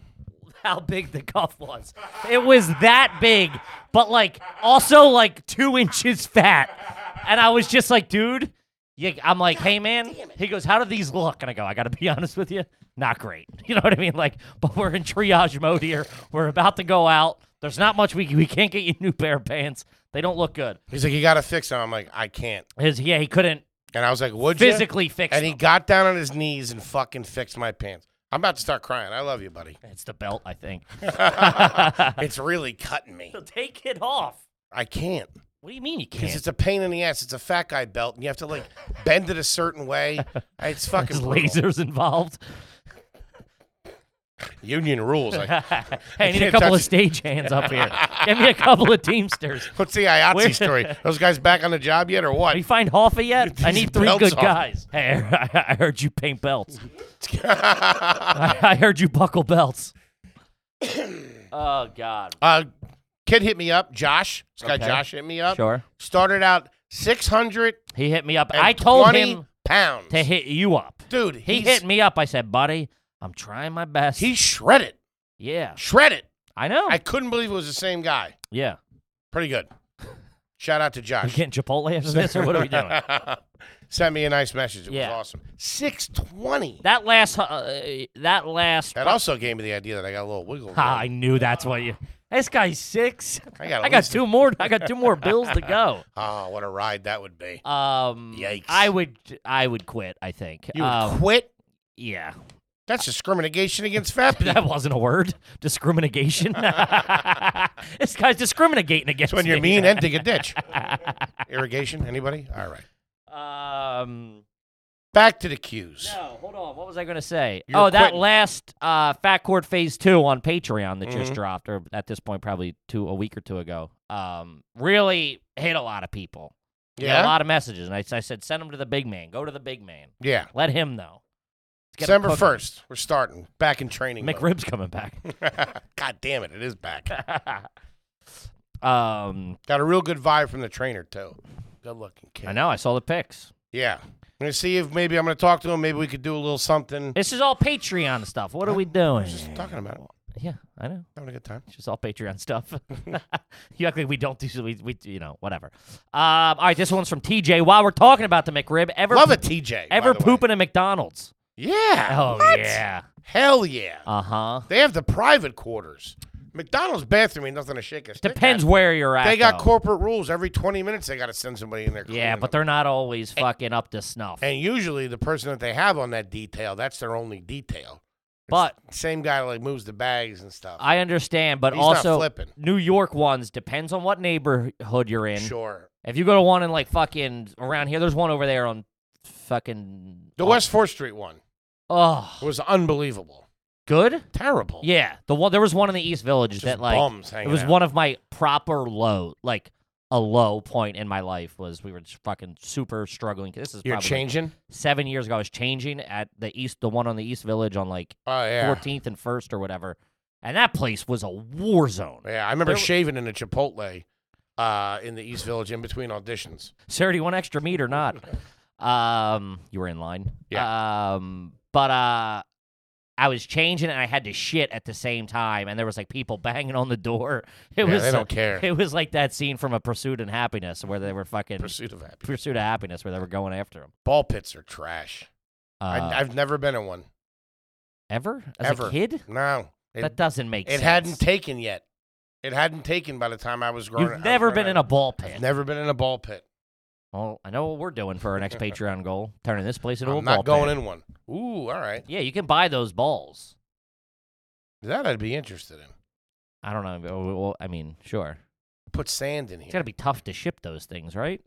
Speaker 2: how big the cuff was. It was that big, but like also like two inches fat. And I was just like, dude, you, I'm like, hey man. He goes, how do these look? And I go, I gotta be honest with you, not great. You know what I mean? Like, but we're in triage mode here. We're about to go out. There's not much we we can't get you new pair of pants. They don't look good.
Speaker 1: He's like, you got to fix them. I'm like, I can't.
Speaker 2: His yeah, he couldn't
Speaker 1: And I was like, would you?
Speaker 2: physically fix
Speaker 1: And he
Speaker 2: them.
Speaker 1: got down on his knees and fucking fixed my pants. I'm about to start crying. I love you, buddy.
Speaker 2: It's the belt, I think. Uh-huh.
Speaker 1: It's really cutting me.
Speaker 2: Take it off.
Speaker 1: I can't
Speaker 2: What do you mean you can't?
Speaker 1: because it's a pain in the ass. It's a fat guy belt, and you have to like bend it a certain way. It's fucking
Speaker 2: There's
Speaker 1: brutal.
Speaker 2: lasers involved.
Speaker 1: Union rules. I,
Speaker 2: Hey, I need a
Speaker 1: can't
Speaker 2: couple
Speaker 1: touch
Speaker 2: of
Speaker 1: it.
Speaker 2: stage hands up here. Give me a couple of Teamsters.
Speaker 1: what's the IATSE
Speaker 2: Where-
Speaker 1: story? Those guys back on the job yet or what?
Speaker 2: Have you find Hoffa yet? I
Speaker 1: These
Speaker 2: need three
Speaker 1: belts
Speaker 2: good
Speaker 1: off.
Speaker 2: guys. Hey, I, I heard you paint belts. I, I heard you buckle belts. oh God.
Speaker 1: Uh, kid hit me up. Josh. This guy
Speaker 2: Okay.
Speaker 1: Josh hit me up.
Speaker 2: Sure.
Speaker 1: Started out 600
Speaker 2: He hit me up. I told him
Speaker 1: pounds.
Speaker 2: to hit you up.
Speaker 1: Dude,
Speaker 2: He
Speaker 1: he's,
Speaker 2: hit me up. I said, buddy, I'm trying my best.
Speaker 1: He's shredded.
Speaker 2: yeah.
Speaker 1: Shredded.
Speaker 2: I know.
Speaker 1: I couldn't believe it was the same guy.
Speaker 2: yeah.
Speaker 1: Pretty good. Shout out to
Speaker 2: We
Speaker 1: Josh.
Speaker 2: getting Chipotle after this, or what are we doing?
Speaker 1: Sent me a nice message. It
Speaker 2: Yeah.
Speaker 1: was awesome. 620.
Speaker 2: That last, uh, that last.
Speaker 1: That also gave me the idea that I got a little wiggle. room.
Speaker 2: Ah, I knew that's what you. This guy's six.
Speaker 1: I got at
Speaker 2: I got
Speaker 1: least-
Speaker 2: two more. I got two more bills to go.
Speaker 1: Oh, what a ride that would be.
Speaker 2: Um,
Speaker 1: Yikes.
Speaker 2: I would, I would quit. I think.
Speaker 1: You would
Speaker 2: Um,
Speaker 1: quit?
Speaker 2: yeah,
Speaker 1: That's discrimination against fat people.
Speaker 2: that wasn't a word. Discrimination. this guy's discriminating against
Speaker 1: That's when you're
Speaker 2: me.
Speaker 1: mean and dig a ditch. Irrigation? Anybody? All right.
Speaker 2: Um,
Speaker 1: Back to the cues.
Speaker 2: no, hold on. What was I going to say?
Speaker 1: You're
Speaker 2: oh, that
Speaker 1: quitting.
Speaker 2: last uh, Fat Court Phase Two on Patreon that just
Speaker 1: Mhm.
Speaker 2: dropped, or at this point probably two a week or two ago. Um, really hit a lot of people. We got
Speaker 1: Yeah.
Speaker 2: a lot of messages, and I, I said, send them to the big man. Go to the big man.
Speaker 1: Yeah.
Speaker 2: Let him know. Let's get 'em
Speaker 1: December
Speaker 2: cooking.
Speaker 1: 1st. We're starting. Back in training. mode.
Speaker 2: McRib's coming back.
Speaker 1: God damn it. It is back.
Speaker 2: um,
Speaker 1: Got a real good vibe from the trainer, too. Good looking kid.
Speaker 2: I know. I saw the pics.
Speaker 1: Yeah. I'm going to see if maybe I'm going to talk to him. Maybe we could do a little something.
Speaker 2: This is all Patreon stuff. What are we doing?
Speaker 1: Just talking about it.
Speaker 2: Yeah, I know.
Speaker 1: Having a good time.
Speaker 2: It's just all Patreon stuff. you act like we don't do so we, we you know whatever. Um, all right, this one's from TJ. While we're talking about the McRib, ever
Speaker 1: Love a TJ. by
Speaker 2: ever
Speaker 1: the way.
Speaker 2: pooping at McDonald's?
Speaker 1: Yeah.
Speaker 2: Oh
Speaker 1: What?
Speaker 2: yeah.
Speaker 1: Hell yeah.
Speaker 2: Uh huh.
Speaker 1: They have the private quarters. McDonald's bathroom ain't nothing to shake a stick
Speaker 2: Depends
Speaker 1: at.
Speaker 2: where you're at.
Speaker 1: They got
Speaker 2: though.
Speaker 1: corporate rules. Every 20 minutes, they got to send somebody in there.
Speaker 2: Yeah,
Speaker 1: cleaning
Speaker 2: but
Speaker 1: them.
Speaker 2: they're not always fucking up to snuff.
Speaker 1: and usually the person that they have on that detail, that's their only detail.
Speaker 2: But
Speaker 1: Same guy like moves the bags and stuff.
Speaker 2: I understand. But
Speaker 1: He's not
Speaker 2: also,
Speaker 1: flipping.
Speaker 2: New York ones depends on what neighborhood you're in.
Speaker 1: Sure.
Speaker 2: If you go to one in like fucking around here, there's one over there on fucking
Speaker 1: The West Fourth Street one
Speaker 2: Oh,
Speaker 1: was unbelievable.
Speaker 2: good.
Speaker 1: Terrible.
Speaker 2: Yeah, the one there was one in the East Village
Speaker 1: Just
Speaker 2: that like
Speaker 1: bums hanging
Speaker 2: it was
Speaker 1: out.
Speaker 2: one of my proper low, like a low point in my life was we were just fucking super struggling. This is
Speaker 1: You're
Speaker 2: probably
Speaker 1: changing.
Speaker 2: seven years ago. I was changing at the East, the one on the East Village on like
Speaker 1: Oh yeah.
Speaker 2: 14th and First or whatever, and that place was a war zone.
Speaker 1: Yeah, I remember
Speaker 2: There-
Speaker 1: shaving in a Chipotle uh, in the East Village in between auditions.
Speaker 2: Sarah, do you want extra meat or not? Um, you were in line. Yeah. Um, but uh, I was changing and I had to shit at the same time, and there was like people banging on the door. It
Speaker 1: yeah,
Speaker 2: was
Speaker 1: they don't care.
Speaker 2: it was like that scene from A Pursuit and Happiness where they were fucking
Speaker 1: Pursuit of happiness.
Speaker 2: Pursuit of Happiness where they were going after him.
Speaker 1: Ball pits are trash.
Speaker 2: Uh,
Speaker 1: I, I've never been in one.
Speaker 2: ever as
Speaker 1: ever.
Speaker 2: a kid,
Speaker 1: No, it,
Speaker 2: that doesn't make
Speaker 1: it
Speaker 2: sense.
Speaker 1: hadn't taken yet. It hadn't taken by the time I was growing. I
Speaker 2: You've
Speaker 1: was
Speaker 2: never
Speaker 1: growing
Speaker 2: been in a
Speaker 1: up.
Speaker 2: ball
Speaker 1: I've
Speaker 2: pit.
Speaker 1: never been in a ball pit.
Speaker 2: Well, I know what we're doing for our next Patreon goal: turning this place into a
Speaker 1: I'm
Speaker 2: ball
Speaker 1: not going
Speaker 2: pit.
Speaker 1: in one. Ooh, all right.
Speaker 2: Yeah, you can buy those balls.
Speaker 1: That I'd be interested in.
Speaker 2: I don't know. well, Well, I mean, sure.
Speaker 1: Put sand in here.
Speaker 2: It's gotta be tough to ship those things, right?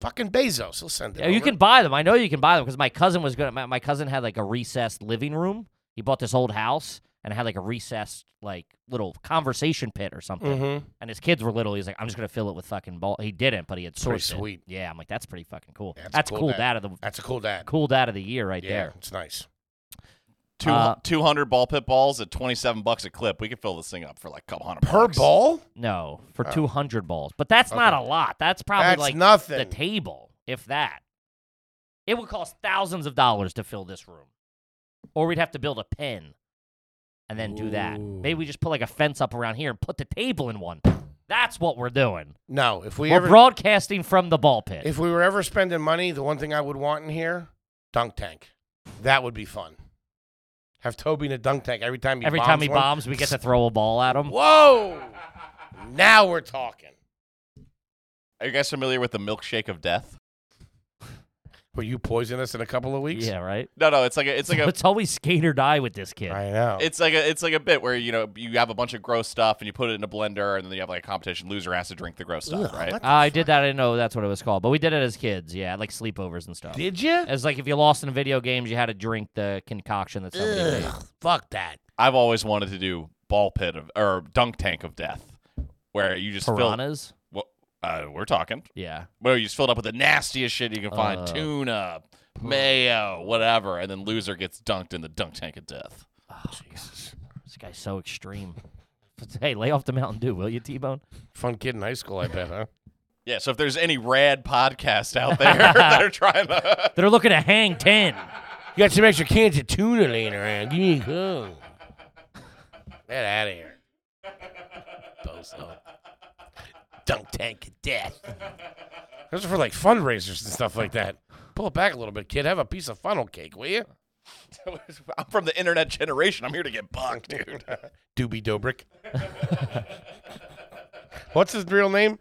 Speaker 1: Fucking Bezos. He'll send it.
Speaker 2: Yeah, you
Speaker 1: over.
Speaker 2: can buy them. I know you can buy them because my cousin was gonna. My, my cousin had like a recessed living room. He bought this old house and it had like a recessed like little conversation pit or something.
Speaker 1: Mhm.
Speaker 2: And his kids were little. He's like, I'm just gonna fill it with fucking ball. He didn't, but he had sourced
Speaker 1: Pretty
Speaker 2: it.
Speaker 1: sweet.
Speaker 2: Yeah, I'm like, that's pretty fucking cool.
Speaker 1: Yeah, it's
Speaker 2: that's
Speaker 1: a cool
Speaker 2: cool
Speaker 1: dad.
Speaker 2: dad of the
Speaker 1: That's a cool dad.
Speaker 2: cool dad of the year right
Speaker 1: yeah,
Speaker 2: there.
Speaker 1: it's nice.
Speaker 4: Two,
Speaker 2: Uh,
Speaker 4: 200 ball pit balls at 27 bucks a clip. We could fill this thing up for like a couple hundred
Speaker 1: Per
Speaker 4: bucks.
Speaker 1: ball?
Speaker 2: No, for 200 balls, but that's not a
Speaker 1: Oh. Okay.
Speaker 2: lot. That's probably
Speaker 1: That's
Speaker 2: like the
Speaker 1: nothing.
Speaker 2: table, if that. It would cost thousands of dollars to fill this room, or we'd have to build a pen, and then do that. Maybe we just put like a fence up around here and put the table in one. That's what we're doing.
Speaker 1: no, if we
Speaker 2: We are
Speaker 1: ever
Speaker 2: broadcasting from the ball pit.
Speaker 1: If we were ever spending money, the one thing I would want in here, dunk tank. That would be fun. Have Toby in a dunk tank every time he
Speaker 2: Every
Speaker 1: bombs
Speaker 2: time he
Speaker 1: one.
Speaker 2: bombs, we get to throw a ball at him.
Speaker 1: Whoa! now we're talking.
Speaker 4: Are you guys familiar with the milkshake of death?
Speaker 1: Will you poison us in a couple of weeks?
Speaker 2: Yeah, right.
Speaker 4: No, no, it's like a, it's like a,
Speaker 2: it's always skate or die with this kid.
Speaker 1: I know.
Speaker 4: it's like a, it's like a bit where you know you have a bunch of gross stuff and you put it in a blender and then you have like a competition. Loser has to drink the gross stuff, right?
Speaker 2: Uh, I did that. I didn't know that's what it was called, but we did it as kids. Yeah, like sleepovers and stuff.
Speaker 1: Did you?
Speaker 2: It's like if you lost in video games, you had to drink the concoction that somebody made.
Speaker 1: Fuck that.
Speaker 4: I've always wanted to do ball pit of or dunk tank of death, where you just fill.
Speaker 2: Piranhas.
Speaker 4: Well, uh, we're talking.
Speaker 2: Yeah.
Speaker 4: Where you just filled up with the nastiest shit you can find:
Speaker 2: Uh.
Speaker 4: tuna, mayo, whatever, and then loser gets dunked in the dunk tank of death.
Speaker 2: This guy's so extreme. hey, lay off the Mountain Dew, will you, T Bone?
Speaker 1: Fun kid in high school, I bet, huh?
Speaker 4: Yeah. So if there's any rad podcast out there that are trying to,
Speaker 2: They're looking to hang 10.
Speaker 1: You got some extra cans of tuna laying around. Give me a go. Get out of here. Bozo. Dunk tank of death. Those are for like fundraisers and stuff like that. Pull it back a little bit, kid. Have a piece of funnel cake, will you?
Speaker 4: I'm from the internet generation. I'm here to get bucked, dude.
Speaker 1: Doobie Dobrik. What's his real name?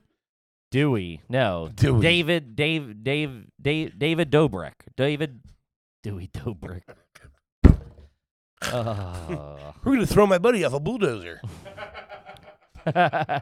Speaker 2: Dewey. No.
Speaker 1: Dewey.
Speaker 2: David, Dave, Dave, Dave, David Dobrik. David, Dewey Dobrik. Oh.
Speaker 1: We're gonna throw my buddy off a bulldozer.
Speaker 2: hey,
Speaker 4: Oh,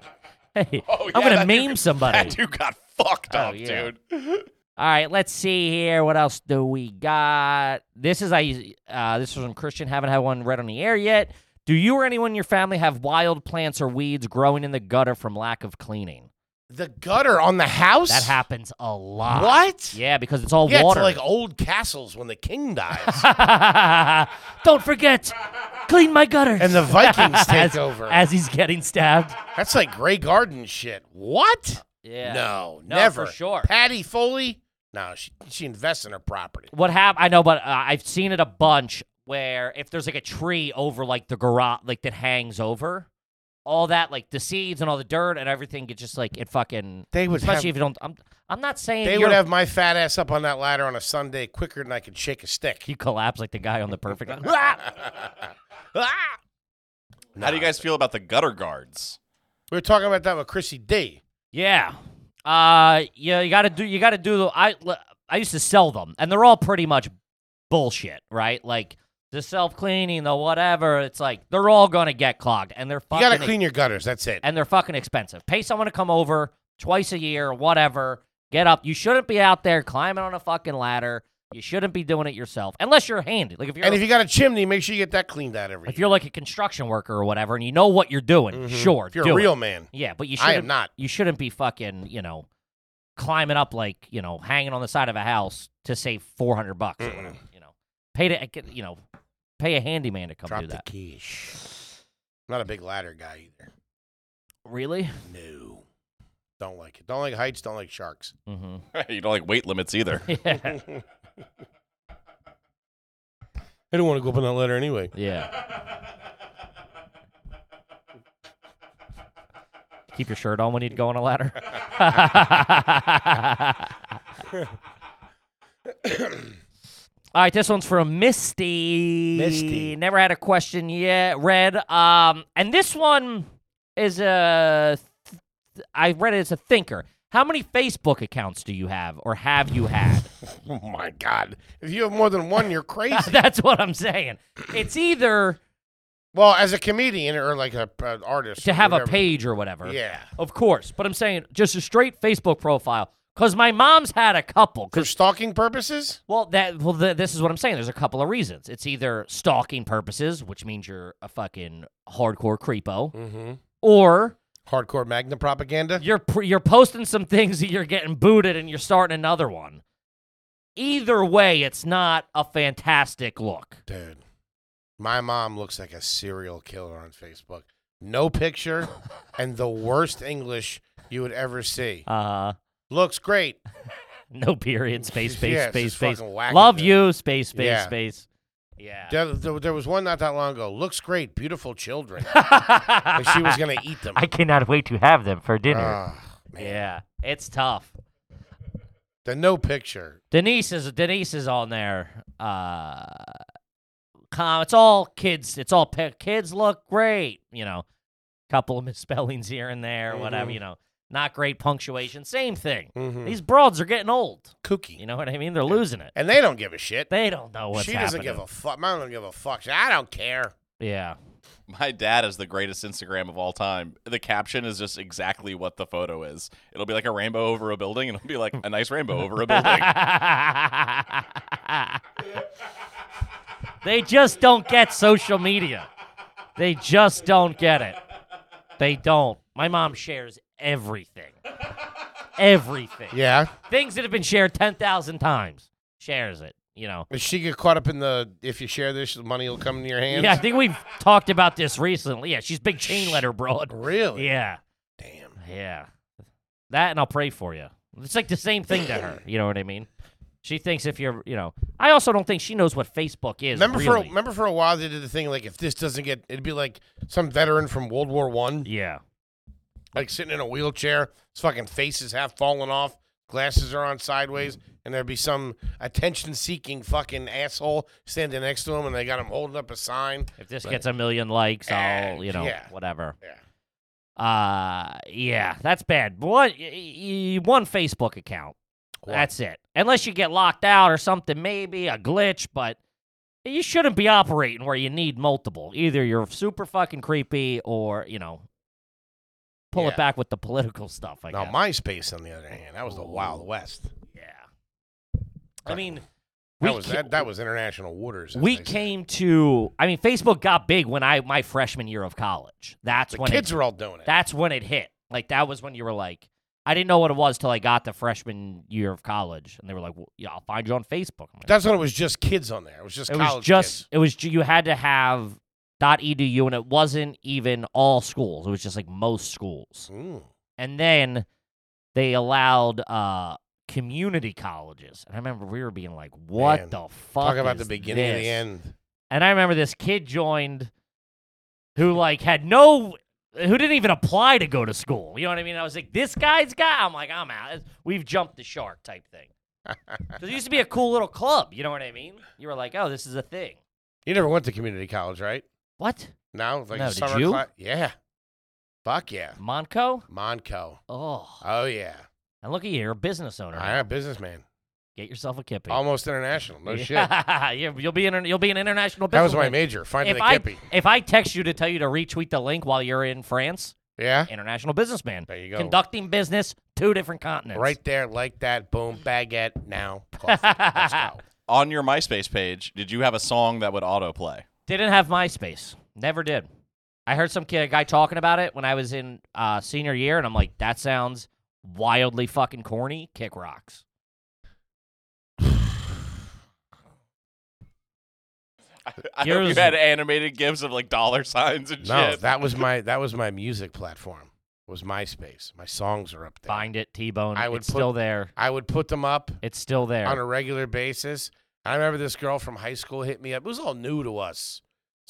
Speaker 2: I'm
Speaker 4: yeah,
Speaker 2: going to
Speaker 4: that dude-
Speaker 2: meme somebody.
Speaker 4: That dude got fucked
Speaker 2: Oh,
Speaker 4: up,
Speaker 2: yeah.
Speaker 4: dude.
Speaker 2: All right, let's see here. What else do we got? This is I. Uh, this was from Christian. Haven't had one read on the air yet. Do you or anyone in your family have wild plants or weeds growing in the gutter from lack of cleaning?
Speaker 1: The gutter on the house.
Speaker 2: That happens a lot.
Speaker 1: What?
Speaker 2: Yeah, because it's all
Speaker 1: Yeah,
Speaker 2: water.
Speaker 1: it's like old castles when the king dies
Speaker 2: Don't forget, clean my gutters.
Speaker 1: and the Vikings take
Speaker 2: as,
Speaker 1: over.
Speaker 2: as he's getting stabbed.
Speaker 1: That's like Grey Garden shit. What?
Speaker 2: Yeah.
Speaker 1: No,
Speaker 2: No,
Speaker 1: never.
Speaker 2: for sure.
Speaker 1: Patty Foley? No, she she invests in her property.
Speaker 2: what happened? I know, but uh, I've seen it a bunch where if there's like a tree over like the garage, like that hangs over all that, like the seeds and all the dirt and everything, it just like it fucking.
Speaker 1: They would
Speaker 2: Especially
Speaker 1: have-
Speaker 2: if you don't. I'm. I'm not saying
Speaker 1: They
Speaker 2: you're-
Speaker 1: would have my fat ass up on that ladder on a Sunday quicker than I could shake a stick.
Speaker 2: You collapse like the guy on the perfect.
Speaker 1: Ah!
Speaker 4: How do you guys feel about the gutter guards?
Speaker 1: We were talking about that with Chrissy D.
Speaker 2: yeah. Uh. Yeah. You gotta do. You gotta do. the- I. I used to sell them, and they're all pretty much bullshit, right? Like the self cleaning, the whatever. It's like they're all gonna get clogged, and they're
Speaker 1: You
Speaker 2: fucking.
Speaker 1: gotta clean your gutters. That's it.
Speaker 2: and they're fucking expensive. Pay someone to come over twice a year, whatever. Get up. You shouldn't be out there climbing on a fucking ladder. You shouldn't be doing it yourself unless you're handy. Like if you're
Speaker 1: And if you got a chimney, make sure you get that cleaned out every.
Speaker 2: if you're like a construction worker or whatever, and you know what you're doing,
Speaker 1: Mhm.
Speaker 2: sure,
Speaker 1: if you're
Speaker 2: do
Speaker 1: a
Speaker 2: it.
Speaker 1: real man,
Speaker 2: Yeah, but you
Speaker 1: I
Speaker 2: shouldn't.
Speaker 1: am not.
Speaker 2: You shouldn't be fucking. You know, climbing up like you know, hanging on the side of a house to save four hundred bucks. Or
Speaker 1: Mm-mm.
Speaker 2: whatever, you know, pay to get- you know, pay a handyman to come
Speaker 1: Drop
Speaker 2: do
Speaker 1: the
Speaker 2: that.
Speaker 1: quiche. I'm not a big ladder guy either.
Speaker 2: Really?
Speaker 1: No, don't like it. Don't like heights. Don't like sharks.
Speaker 2: Mm-hmm.
Speaker 4: you don't like weight limits either.
Speaker 2: Yeah.
Speaker 1: I don't want to go up on that ladder anyway.
Speaker 2: yeah. Keep your shirt on when you go on a ladder. All right, this one's from Misty.
Speaker 1: Misty.
Speaker 2: Never had a question yet read. Um, and this one is a. Th- I read it as a thinker. How many Facebook accounts do you have, or have you had?
Speaker 1: Oh my god! If you have more than one, you're crazy.
Speaker 2: That's what I'm saying. It's either
Speaker 1: well, as a comedian or like a an artist,
Speaker 2: to
Speaker 1: or
Speaker 2: have a
Speaker 1: whatever.
Speaker 2: page or whatever.
Speaker 1: Yeah,
Speaker 2: Of course, but I'm saying just a straight Facebook profile. Cause my mom's had a couple.
Speaker 1: for stalking purposes.
Speaker 2: Well, that well, th- this is what I'm saying. There's a couple of reasons. It's either stalking purposes, which means you're a fucking hardcore creepo,
Speaker 1: Mm-hmm.
Speaker 2: or
Speaker 1: Hardcore Magna propaganda.
Speaker 2: you're pre- you're posting some things that you're getting booted and you're starting another one. Either way, it's not a fantastic look.
Speaker 1: Dude, my mom looks like a serial killer on Facebook. No picture and the worst English you would ever see.
Speaker 2: Uh,
Speaker 1: Looks great.
Speaker 2: no period, space, space,
Speaker 1: Yeah, it's
Speaker 2: space,
Speaker 1: just
Speaker 2: space.
Speaker 1: fucking whack it,
Speaker 2: Love
Speaker 1: dude.
Speaker 2: you, space, space,
Speaker 1: Yeah.
Speaker 2: space. Yeah.
Speaker 1: There, there- there was one not that long ago. Looks great. Beautiful children. Like she
Speaker 2: I
Speaker 1: was going to eat them.
Speaker 2: cannot wait to have them for dinner.
Speaker 1: Ah, man.
Speaker 2: yeah, it's tough.
Speaker 1: The no picture.
Speaker 2: Denise is Denise is on there. Uh, com, it's all kids. It's all pi- kids look great. You know, couple of misspellings here and there, whatever.
Speaker 1: Mhm.
Speaker 2: You know, Not great punctuation. Same thing.
Speaker 1: Mhm.
Speaker 2: These broads are getting old.
Speaker 1: Kooky.
Speaker 2: You know what I mean? They're losing it.
Speaker 1: And they don't give a shit.
Speaker 2: They don't know what's
Speaker 1: she doesn't give
Speaker 2: happening.
Speaker 1: a fuck. Mom don't give a fuck. She- I don't care.
Speaker 2: yeah.
Speaker 4: My dad is the greatest Instagram of all time. The caption is just exactly what the photo is. It'll be like a rainbow over a building, and it'll be like a nice rainbow over a building.
Speaker 2: they just don't get social media. They just don't get it. They don't. My mom shares everything. Everything.
Speaker 1: Yeah.
Speaker 2: Things that have been shared 10,000 times. Shares it, you know.
Speaker 1: Does she get caught up in the if you share this, the money will come into your hands?
Speaker 2: Yeah, I think we've talked about this recently. Yeah, she's big chain letter broad.
Speaker 1: Really?
Speaker 2: Yeah.
Speaker 1: Damn.
Speaker 2: Yeah. That and I'll pray for you. It's like the same thing to her. You know what I mean? She thinks if you're, you know, I also don't think she knows what Facebook is.
Speaker 1: Remember for
Speaker 2: really.
Speaker 1: remember for a while they did the thing like if this doesn't get it'd be like some veteran from World War One
Speaker 2: Yeah.
Speaker 1: like sitting in a wheelchair, his fucking face is half falling off, glasses are on sideways, and there'd be some attention seeking fucking asshole standing next to him and they got him holding up a sign.
Speaker 2: If this
Speaker 1: But-
Speaker 2: gets a million likes, I'll, you know,
Speaker 1: Yeah.
Speaker 2: whatever.
Speaker 1: Yeah.
Speaker 2: Uh, yeah, that's bad. But One, y- y- one Facebook account.
Speaker 1: One.
Speaker 2: That's it. Unless you get locked out or something, maybe a glitch, but you shouldn't be operating where you need multiple. Either you're super fucking creepy or, you know, pull
Speaker 1: Yeah.
Speaker 2: it back with the political stuff, I
Speaker 1: now
Speaker 2: guess.
Speaker 1: MySpace on the other hand, that was the Wild West.
Speaker 2: yeah. I mean,
Speaker 1: That
Speaker 2: we
Speaker 1: was
Speaker 2: ca-
Speaker 1: that, that was international waters. as
Speaker 2: we
Speaker 1: they say.
Speaker 2: came to I mean, Facebook got big when I my freshman year of college. That's
Speaker 1: the
Speaker 2: when it
Speaker 1: kids are all doing it.
Speaker 2: That's when it hit. Like that was when you were like, I didn't know what it was till I got to freshman year of college, and they were like, well, "Yeah, I'll find you on Facebook." I'm like,
Speaker 1: That's when it was just kids on there. It was just
Speaker 2: it
Speaker 1: college
Speaker 2: was just
Speaker 1: kids.
Speaker 2: it was ju- you had to have .edu, and it wasn't even all schools. It was just like most schools,
Speaker 1: Mm.
Speaker 2: and then they allowed uh community colleges. And I remember we were being like, "What
Speaker 1: Man,
Speaker 2: the fuck?"
Speaker 1: Talk about the
Speaker 2: is
Speaker 1: beginning and
Speaker 2: this?
Speaker 1: the end.
Speaker 2: And I remember this kid joined who like had no who didn't even apply to go to school. You know what I mean? I was like, this guy's guy. I'm like, I'm out. We've jumped the shark type thing. 'Cause it used to be a cool little club. You know what I mean? You were like, oh, this is a thing.
Speaker 1: You never went to community college, right?
Speaker 2: What?
Speaker 1: No, like
Speaker 2: No,
Speaker 1: a
Speaker 2: did
Speaker 1: summer
Speaker 2: you?
Speaker 1: class. Yeah. Fuck yeah.
Speaker 2: Monco?
Speaker 1: Monco.
Speaker 2: Oh.
Speaker 1: Oh yeah.
Speaker 2: And look at you, you're a business owner.
Speaker 1: I am a businessman.
Speaker 2: Get yourself a kippy.
Speaker 1: Almost international. No shit.
Speaker 2: yeah, you- you'll be in, you'll be an international
Speaker 1: That
Speaker 2: business.
Speaker 1: was my major. Finding
Speaker 2: if
Speaker 1: the
Speaker 2: I
Speaker 1: kippy.
Speaker 2: if I text you to tell you to retweet the link while you're in France,
Speaker 1: Yeah.
Speaker 2: international businessman.
Speaker 1: There you go.
Speaker 2: Conducting business, two different continents.
Speaker 1: Right there, like that. Boom. Baguette. Now. Coffee. Let's go.
Speaker 4: On your MySpace page, did you have a song that would autoplay?
Speaker 2: Didn't have MySpace. Never did. I heard some kid, guy talking about it when I was in uh, senior year, and I'm like, that sounds wildly fucking corny. Kick rocks.
Speaker 4: I, I hope you
Speaker 2: Yours-
Speaker 4: had animated gifs of like dollar signs and
Speaker 1: No,
Speaker 4: shit.
Speaker 1: that was my that was my music platform. Was MySpace. My songs are up there.
Speaker 2: Find it, T Bone.
Speaker 1: I would
Speaker 2: it's
Speaker 1: put-
Speaker 2: still there.
Speaker 1: I would put them up
Speaker 2: It's still there.
Speaker 1: on a regular basis. I remember this girl from high school hit me up. It was all new to us.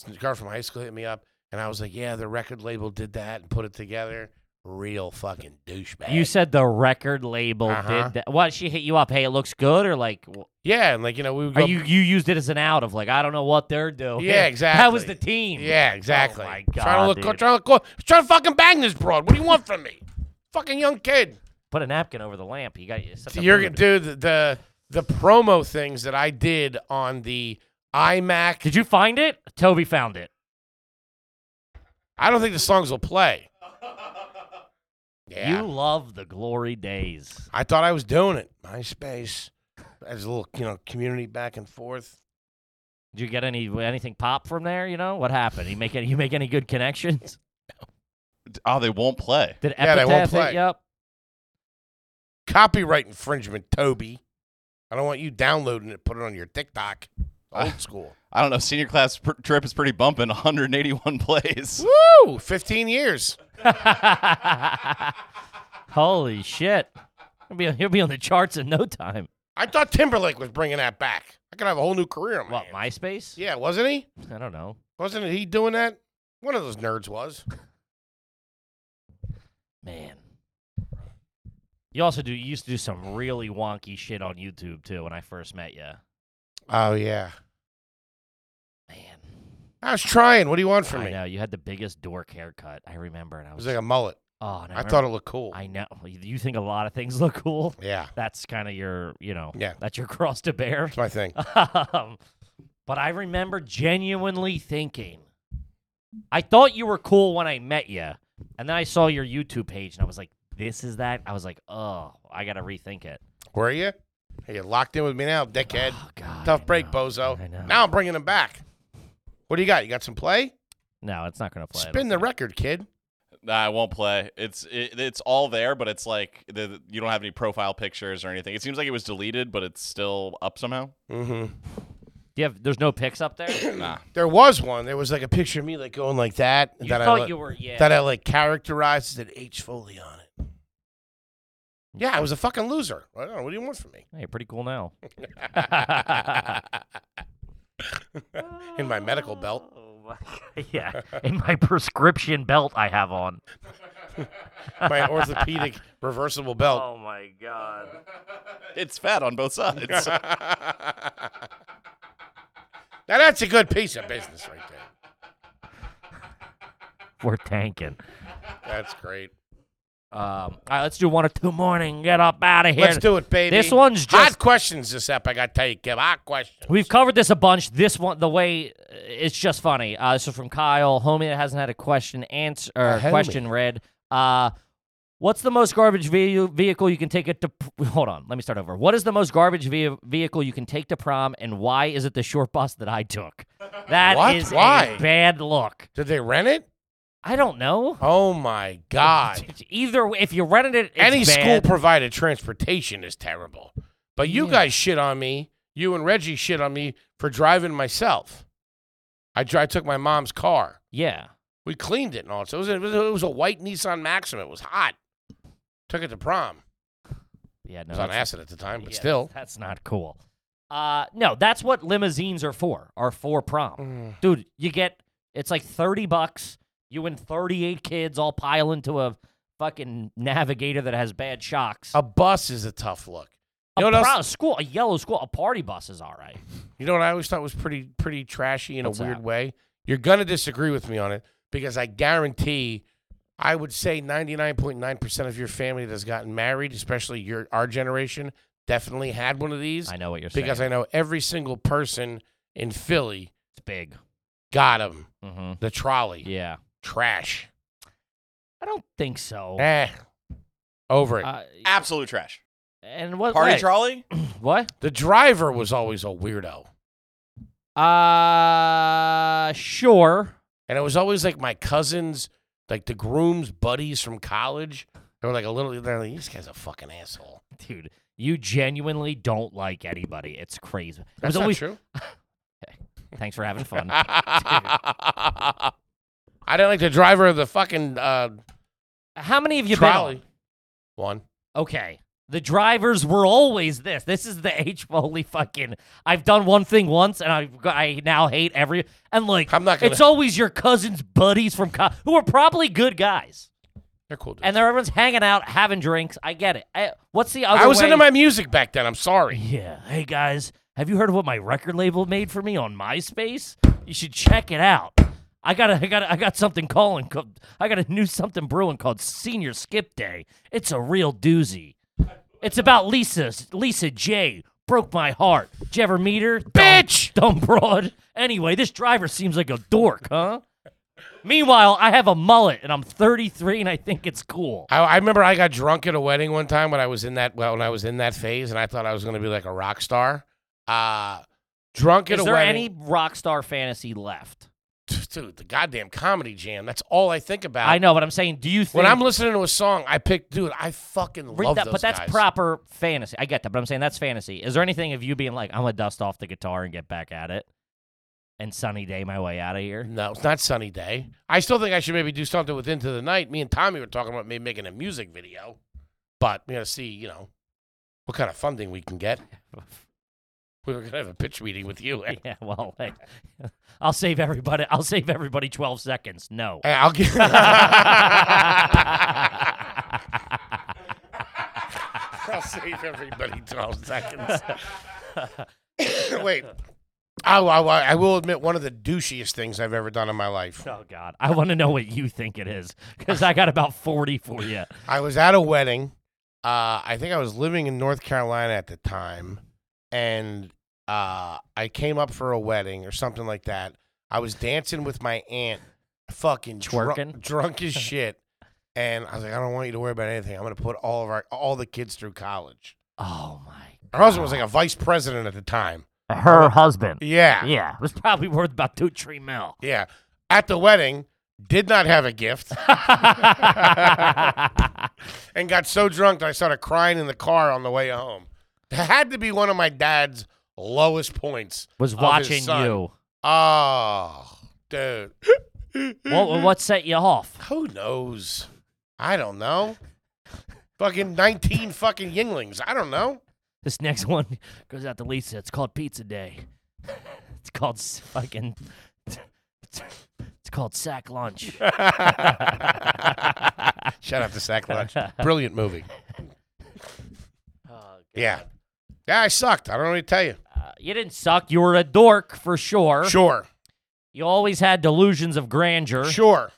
Speaker 1: This girl from high school hit me up, and I was like, "Yeah, the record label did that and put it together." Real fucking douchebag.
Speaker 2: you said the record label
Speaker 1: Uh-huh.
Speaker 2: did that. What she hit you up? Hey, it looks good, or like, w-
Speaker 1: yeah, and like you know, we would
Speaker 2: or
Speaker 1: go.
Speaker 2: you you used it as an out of like, I don't know what they're doing.
Speaker 1: Yeah,
Speaker 2: That
Speaker 1: exactly.
Speaker 2: was the team.
Speaker 1: yeah, exactly.
Speaker 2: Oh my
Speaker 1: trying to
Speaker 2: God,
Speaker 1: look,
Speaker 2: dude.
Speaker 1: trying to look, cool. trying to fucking bang this broad. What do you want from me? Fucking young kid.
Speaker 2: Put a napkin over the lamp. You got you. set the
Speaker 1: You're
Speaker 2: mood.
Speaker 1: dude. The, the the promo things that I did on the iMac.
Speaker 2: Did you find it? Toby found it.
Speaker 1: I don't think the songs will play. Yeah.
Speaker 2: You love the glory days.
Speaker 1: I thought I was doing it. MySpace. As a little, you know, community back and forth.
Speaker 2: Did you get any anything pop from there? You know what happened? You make any, you make any good connections?
Speaker 4: oh, they won't play.
Speaker 2: Did
Speaker 1: Yeah, they won't
Speaker 2: Epitaph hit
Speaker 1: play.
Speaker 2: you up?
Speaker 1: Copyright infringement, Toby. I don't want you downloading it, put it on your TikTok. Old school.
Speaker 4: I don't know. Senior class pr- trip is pretty bumping. 181 plays.
Speaker 1: Woo! 15 years.
Speaker 2: Holy shit! He'll be, he'll be on the charts in no time.
Speaker 1: I thought Timberlake was bringing that back. I could have a whole new career on my
Speaker 2: What
Speaker 1: hands.
Speaker 2: MySpace?
Speaker 1: Yeah, wasn't he?
Speaker 2: I don't know.
Speaker 1: Wasn't he doing that? One of those nerds was.
Speaker 2: Man. You also do. You used to do some really wonky shit on YouTube too. When I first met you,
Speaker 1: Oh, yeah.
Speaker 2: man.
Speaker 1: I was trying. What do you want from
Speaker 2: I
Speaker 1: me?
Speaker 2: know you had the biggest dork haircut. I remember, and I
Speaker 1: It
Speaker 2: was.
Speaker 1: was like a mullet.
Speaker 2: Oh, and I,
Speaker 1: I
Speaker 2: remember-
Speaker 1: thought it looked cool.
Speaker 2: I know. You- You think a lot of things look cool.
Speaker 1: yeah,
Speaker 2: That's kind of your, you know,
Speaker 1: Yeah.
Speaker 2: that's your cross to bear.
Speaker 1: that's my thing.
Speaker 2: Um, but I remember genuinely thinking, I thought you were cool when I met you, and then I saw your YouTube page, and I was like, "This is that." I was like, "Oh, I gotta rethink it."
Speaker 1: Were you? Hey, you locked in with me now, dickhead.
Speaker 2: Oh, God,
Speaker 1: Tough
Speaker 2: I
Speaker 1: break,
Speaker 2: know.
Speaker 1: bozo.
Speaker 2: I know.
Speaker 1: Now I'm bringing him back. What do you got? You got some play?
Speaker 2: No, it's not gonna play. I don't
Speaker 1: Spin the
Speaker 2: think.
Speaker 1: record, kid.
Speaker 4: Nah, I won't play. It's it, it's all there, but it's like the, the- you don't have any profile pictures or anything. It seems like it was deleted, but it's still up somehow.
Speaker 1: Mm-hmm.
Speaker 2: Do you have? There's no pics up there. you
Speaker 4: Nah.
Speaker 1: There was one. There was like a picture of me like going like that. that I,
Speaker 2: thought
Speaker 1: like-
Speaker 2: you were, yeah.
Speaker 1: that I like characterized as an H Foley on it. Yeah, I was a fucking loser. I don't know. What do you want from me?
Speaker 2: Hey, you're pretty cool now.
Speaker 1: In my medical belt.
Speaker 2: Oh my God. Yeah, in my prescription belt I have on.
Speaker 1: My orthopedic reversible belt.
Speaker 2: Oh my god.
Speaker 4: It's fat on both sides.
Speaker 1: Now that's a good piece of business right there.
Speaker 2: We're tanking.
Speaker 1: That's great.
Speaker 2: Um, all right, let's do one or two morning. Get up out of here.
Speaker 1: Let's do it, baby.
Speaker 2: This one's just.
Speaker 1: hot questions this ep. I got to tell you, Kev. Hot questions.
Speaker 2: We've covered this a bunch. This one, the way uh, it's just funny. Uh, this is from Kyle, homie that hasn't had a question answer or
Speaker 1: homie.
Speaker 2: question read. Uh, what's the most garbage ve- vehicle you can take it to? p- Hold on, let me start over. What is the most garbage ve- vehicle you can take to prom, and why is it the short bus that I took? That is
Speaker 1: What?
Speaker 2: a
Speaker 1: Why?
Speaker 2: bad look.
Speaker 1: Did they rent it?
Speaker 2: I don't know.
Speaker 1: Oh my God.
Speaker 2: Either way, if you rented it, it's
Speaker 1: Any school
Speaker 2: bad.
Speaker 1: provided transportation is terrible. But you
Speaker 2: Yeah.
Speaker 1: guys shit on me. You and Reggie shit on me for driving myself. I, dri- I took my mom's car.
Speaker 2: yeah.
Speaker 1: We cleaned it and all. So it was, a, it, was a, it was a white Nissan Maxima. It was hot. Took it to prom.
Speaker 2: Yeah,
Speaker 1: I
Speaker 2: no.
Speaker 1: was on
Speaker 2: that's-
Speaker 1: acid at the time, but
Speaker 2: yeah,
Speaker 1: still.
Speaker 2: that's not cool. Uh, no, that's what limousines are for. Are for prom,
Speaker 1: Mm.
Speaker 2: dude. You get it's like thirty bucks. You and thirty-eight kids all pile into a fucking navigator that has bad shocks.
Speaker 1: A bus is a tough look.
Speaker 2: a
Speaker 1: You know, what
Speaker 2: pro-
Speaker 1: else,
Speaker 2: school, a yellow school, a party bus is all right.
Speaker 1: you know what I always thought was pretty pretty trashy in
Speaker 2: What's
Speaker 1: a weird
Speaker 2: that?
Speaker 1: way? You're going to disagree with me on it because I guarantee I would say 99.9% of your family that's gotten married, especially your our generation, definitely had one of these
Speaker 2: I know what you're saying.
Speaker 1: because I know every single person in Philly
Speaker 2: it's big.
Speaker 1: got them.
Speaker 2: hmm
Speaker 1: The trolley.
Speaker 2: Yeah,
Speaker 1: Trash.
Speaker 2: I don't think so.
Speaker 1: Eh. Over it.
Speaker 2: Uh,
Speaker 4: Absolute trash.
Speaker 2: and what
Speaker 4: Party
Speaker 2: way?
Speaker 4: trolley?
Speaker 2: What?
Speaker 1: the driver was always a weirdo.
Speaker 2: Uh, sure.
Speaker 1: And it was always like my cousins, like the groom's buddies from college. They were like a little, they're like, this guy's a fucking asshole.
Speaker 2: Dude, you genuinely don't like anybody. It's crazy. It
Speaker 1: That's
Speaker 2: was
Speaker 1: not
Speaker 2: always-
Speaker 1: true.
Speaker 2: Thanks for having fun.
Speaker 1: I didn't like the driver of the fucking uh,
Speaker 2: How many of you
Speaker 1: trolley.
Speaker 2: been
Speaker 1: One.
Speaker 2: on? Okay. The drivers were always this. This is the H Foley fucking. I've done one thing once, and I I now hate every and like
Speaker 1: I'm not gonna-
Speaker 2: It's always your cousins, buddies from co- who are probably good guys,
Speaker 1: They're cool. Dudes.
Speaker 2: and they're everyone's hanging out, having drinks. I get it. I, what's the other? Mm-hmm.
Speaker 1: I was
Speaker 2: way-
Speaker 1: into my music back then. I'm sorry.
Speaker 2: Yeah. Hey guys, have you heard of what my record label made for me on MySpace? You should check it out. I got a, I got a, I got something calling. co- I got a new something brewing called Senior Skip Day. It's a real doozy. It's about Lisa Lisa J. Broke my heart. Did you ever meet her? Dumb-
Speaker 1: Bitch!
Speaker 2: dumb broad. Anyway, this driver seems like a dork, huh? Meanwhile, I have a mullet and I'm 33 and I think it's cool.
Speaker 1: I, I remember I got drunk at a wedding one time when I was in that well, when I was in that phase, and I thought I was going to be like a rock star. Uh, drunk at
Speaker 2: Is
Speaker 1: a
Speaker 2: there
Speaker 1: wedding,
Speaker 2: any rock star fantasy left?
Speaker 1: dude. The goddamn comedy jam. That's all I think about.
Speaker 2: I know, but I'm saying, do you think
Speaker 1: When I'm listening to a song, I pick, dude. I fucking
Speaker 2: Re-
Speaker 1: love
Speaker 2: that-
Speaker 1: those
Speaker 2: but that's
Speaker 1: guys.
Speaker 2: proper fantasy. I get that, but I'm saying that's fantasy. Is there anything of you being like, I'm gonna dust off the guitar and get back at it, and sunny day my way out of here?
Speaker 1: No, it's not sunny day. I still think I should maybe do something with Into the Night. Me and Tommy were talking about maybe making a music video, but we gotta see, you know, what kind of funding we can get. We were gonna have a pitch meeting with you. eh? and
Speaker 2: yeah, well, like, I'll save everybody. I'll save everybody 12 seconds. No.
Speaker 1: and I'll get. I'll save everybody twelve seconds. Wait, I, I, I will admit one of the douchiest things I've ever done in my life.
Speaker 2: Oh God, I want to know what you think it is because I got about forty for you.
Speaker 1: I was at a wedding. Uh, I think I was living in North Carolina at the time, and uh, I came up for a wedding or something like that. I was dancing with my aunt, fucking drunk-
Speaker 2: Twerking?
Speaker 1: drunk as shit, and I was like, I don't want you to worry about anything. I'm gonna put all of our all the kids through college.
Speaker 2: Oh my.
Speaker 1: Her husband was like a vice president at the time.
Speaker 2: Her husband.
Speaker 1: Yeah, yeah.
Speaker 2: Yeah, it was probably worth about two, three mil.
Speaker 1: At the wedding, did not have a gift and got so drunk that I started crying in the car on the way home. That had to be one of my dad's lowest points.
Speaker 2: was
Speaker 1: his
Speaker 2: watching
Speaker 1: son.
Speaker 2: you.
Speaker 1: Oh, dude.
Speaker 2: What, what set you off?
Speaker 1: Who knows? I don't know. Fucking 19 fucking yinglings. I don't know.
Speaker 2: This next one goes out to Lisa. It's called Pizza Day. It's called s- fucking. It's called sack lunch. Uh,
Speaker 1: Shout out to Sack Lunch. Brilliant movie.
Speaker 2: Oh, Uh,
Speaker 1: Yeah. Yeah, I sucked. I don't know what to tell you.
Speaker 2: you didn't suck. You were a dork for sure.
Speaker 1: Sure.
Speaker 2: You always had delusions of grandeur.
Speaker 1: Sure.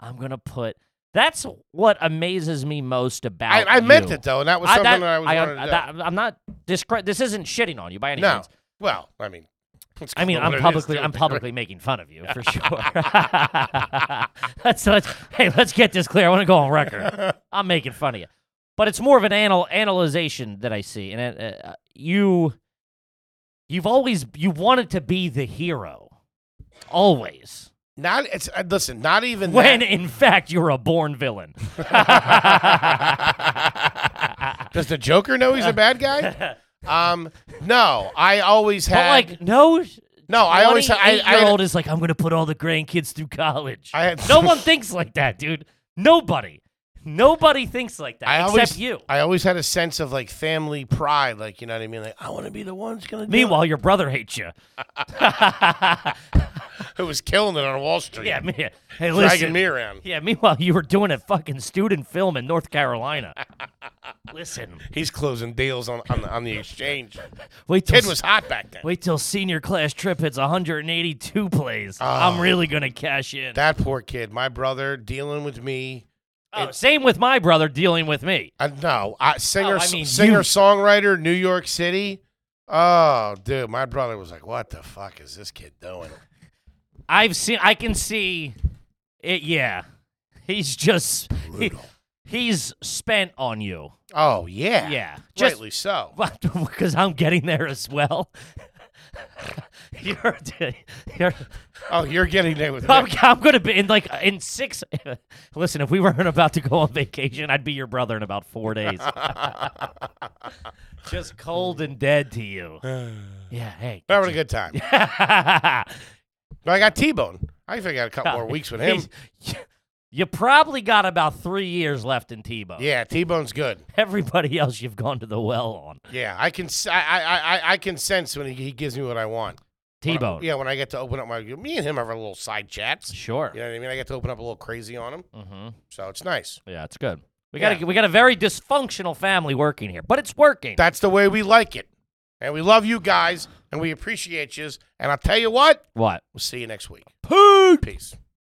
Speaker 2: I'm gonna put. That's what amazes me most about.
Speaker 1: I, I meant
Speaker 2: you.
Speaker 1: it, though, and that was
Speaker 2: I-
Speaker 1: something
Speaker 2: that-
Speaker 1: that I was
Speaker 2: I-
Speaker 1: wanted to do.
Speaker 2: that- I'm not discre- This isn't shitting on you by any
Speaker 1: no.
Speaker 2: means.
Speaker 1: Well, I mean, it's
Speaker 2: I mean,
Speaker 1: kinda what it
Speaker 2: I'm
Speaker 1: is,
Speaker 2: publicly,
Speaker 1: too.
Speaker 2: I'm publicly making fun of you for sure. That's let's, hey, let's get this clear. I want to go on record. I'm making fun of you, but it's more of an anal analyzation that I see, and it, uh, you, you've always you wanted to be the hero, always.
Speaker 1: Not it's uh, listen, not even
Speaker 2: When
Speaker 1: that.
Speaker 2: in fact you're a born villain.
Speaker 1: Does the Joker know he's a bad guy? Um, no, I always
Speaker 2: But
Speaker 1: had
Speaker 2: like no
Speaker 1: no, I always had I, I,
Speaker 2: year
Speaker 1: had-
Speaker 2: old is like I'm gonna put all the grandkids through college.
Speaker 1: I had-
Speaker 2: no one thinks like that, dude. Nobody, nobody thinks like that
Speaker 1: I
Speaker 2: except
Speaker 1: always
Speaker 2: you.
Speaker 1: I always had a sense of like family pride, like you know what I mean. Like I want to be the one who's gonna do
Speaker 2: Meanwhile, your brother hates you.
Speaker 1: it. who was killing it on Wall Street,
Speaker 2: yeah, me, hey,
Speaker 1: dragging
Speaker 2: listen.
Speaker 1: me around.
Speaker 2: yeah, meanwhile, you were doing a fucking student film in North Carolina. listen,
Speaker 1: He's closing deals on on the, on the exchange.
Speaker 2: wait till
Speaker 1: Kid was hot back then.
Speaker 2: Wait till senior class trip hits 182 plays. I'm really gonna cash in.
Speaker 1: Oh. That poor kid, my brother, dealing with me.
Speaker 2: Oh, same with my brother dealing with me.
Speaker 1: Uh, no, I, singer,
Speaker 2: No, Oh, I mean
Speaker 1: singer,
Speaker 2: you.
Speaker 1: songwriter, New York City. Oh, dude, my brother was like, "What the fuck is this kid doing?"
Speaker 2: I've seen. I can see it. Yeah, he's just he,
Speaker 1: Brutal.
Speaker 2: he's spent on you.
Speaker 1: Oh yeah,
Speaker 2: Yeah, just
Speaker 1: rightly so.
Speaker 2: because I'm getting there as well. you're, you're,
Speaker 1: Oh, you're getting there with
Speaker 2: I'm,
Speaker 1: me.
Speaker 2: I'm gonna be in like in six. Listen, if we weren't about to go on vacation, I'd be your brother in about four days. Just cold and dead to you. Yeah. Hey.
Speaker 1: We're having a good time. But I got T-Bone. I think I got a couple more weeks with him.
Speaker 2: Oh, He's- You probably got about three years left in Tebow.
Speaker 1: Yeah, T-Bone's good.
Speaker 2: Everybody else you've gone to the well on.
Speaker 1: Yeah, I can. s- I I I- I can sense when he, he gives me what I want.
Speaker 2: Tebow.
Speaker 1: Yeah, when I get to open up my, me and him have our little side chats.
Speaker 2: Oh. Sure.
Speaker 1: You know what I mean? I get to open up a little crazy on him,
Speaker 2: Mm-hmm.
Speaker 1: so it's nice.
Speaker 2: Yeah, it's good. We
Speaker 1: Yeah.
Speaker 2: got a, we got a very dysfunctional family working here, but it's working.
Speaker 1: That's the way we like it. And we love you guys and we appreciate yous. And I'll tell you what,
Speaker 2: what?
Speaker 1: we'll see you next week.
Speaker 2: Poot.
Speaker 1: Peace.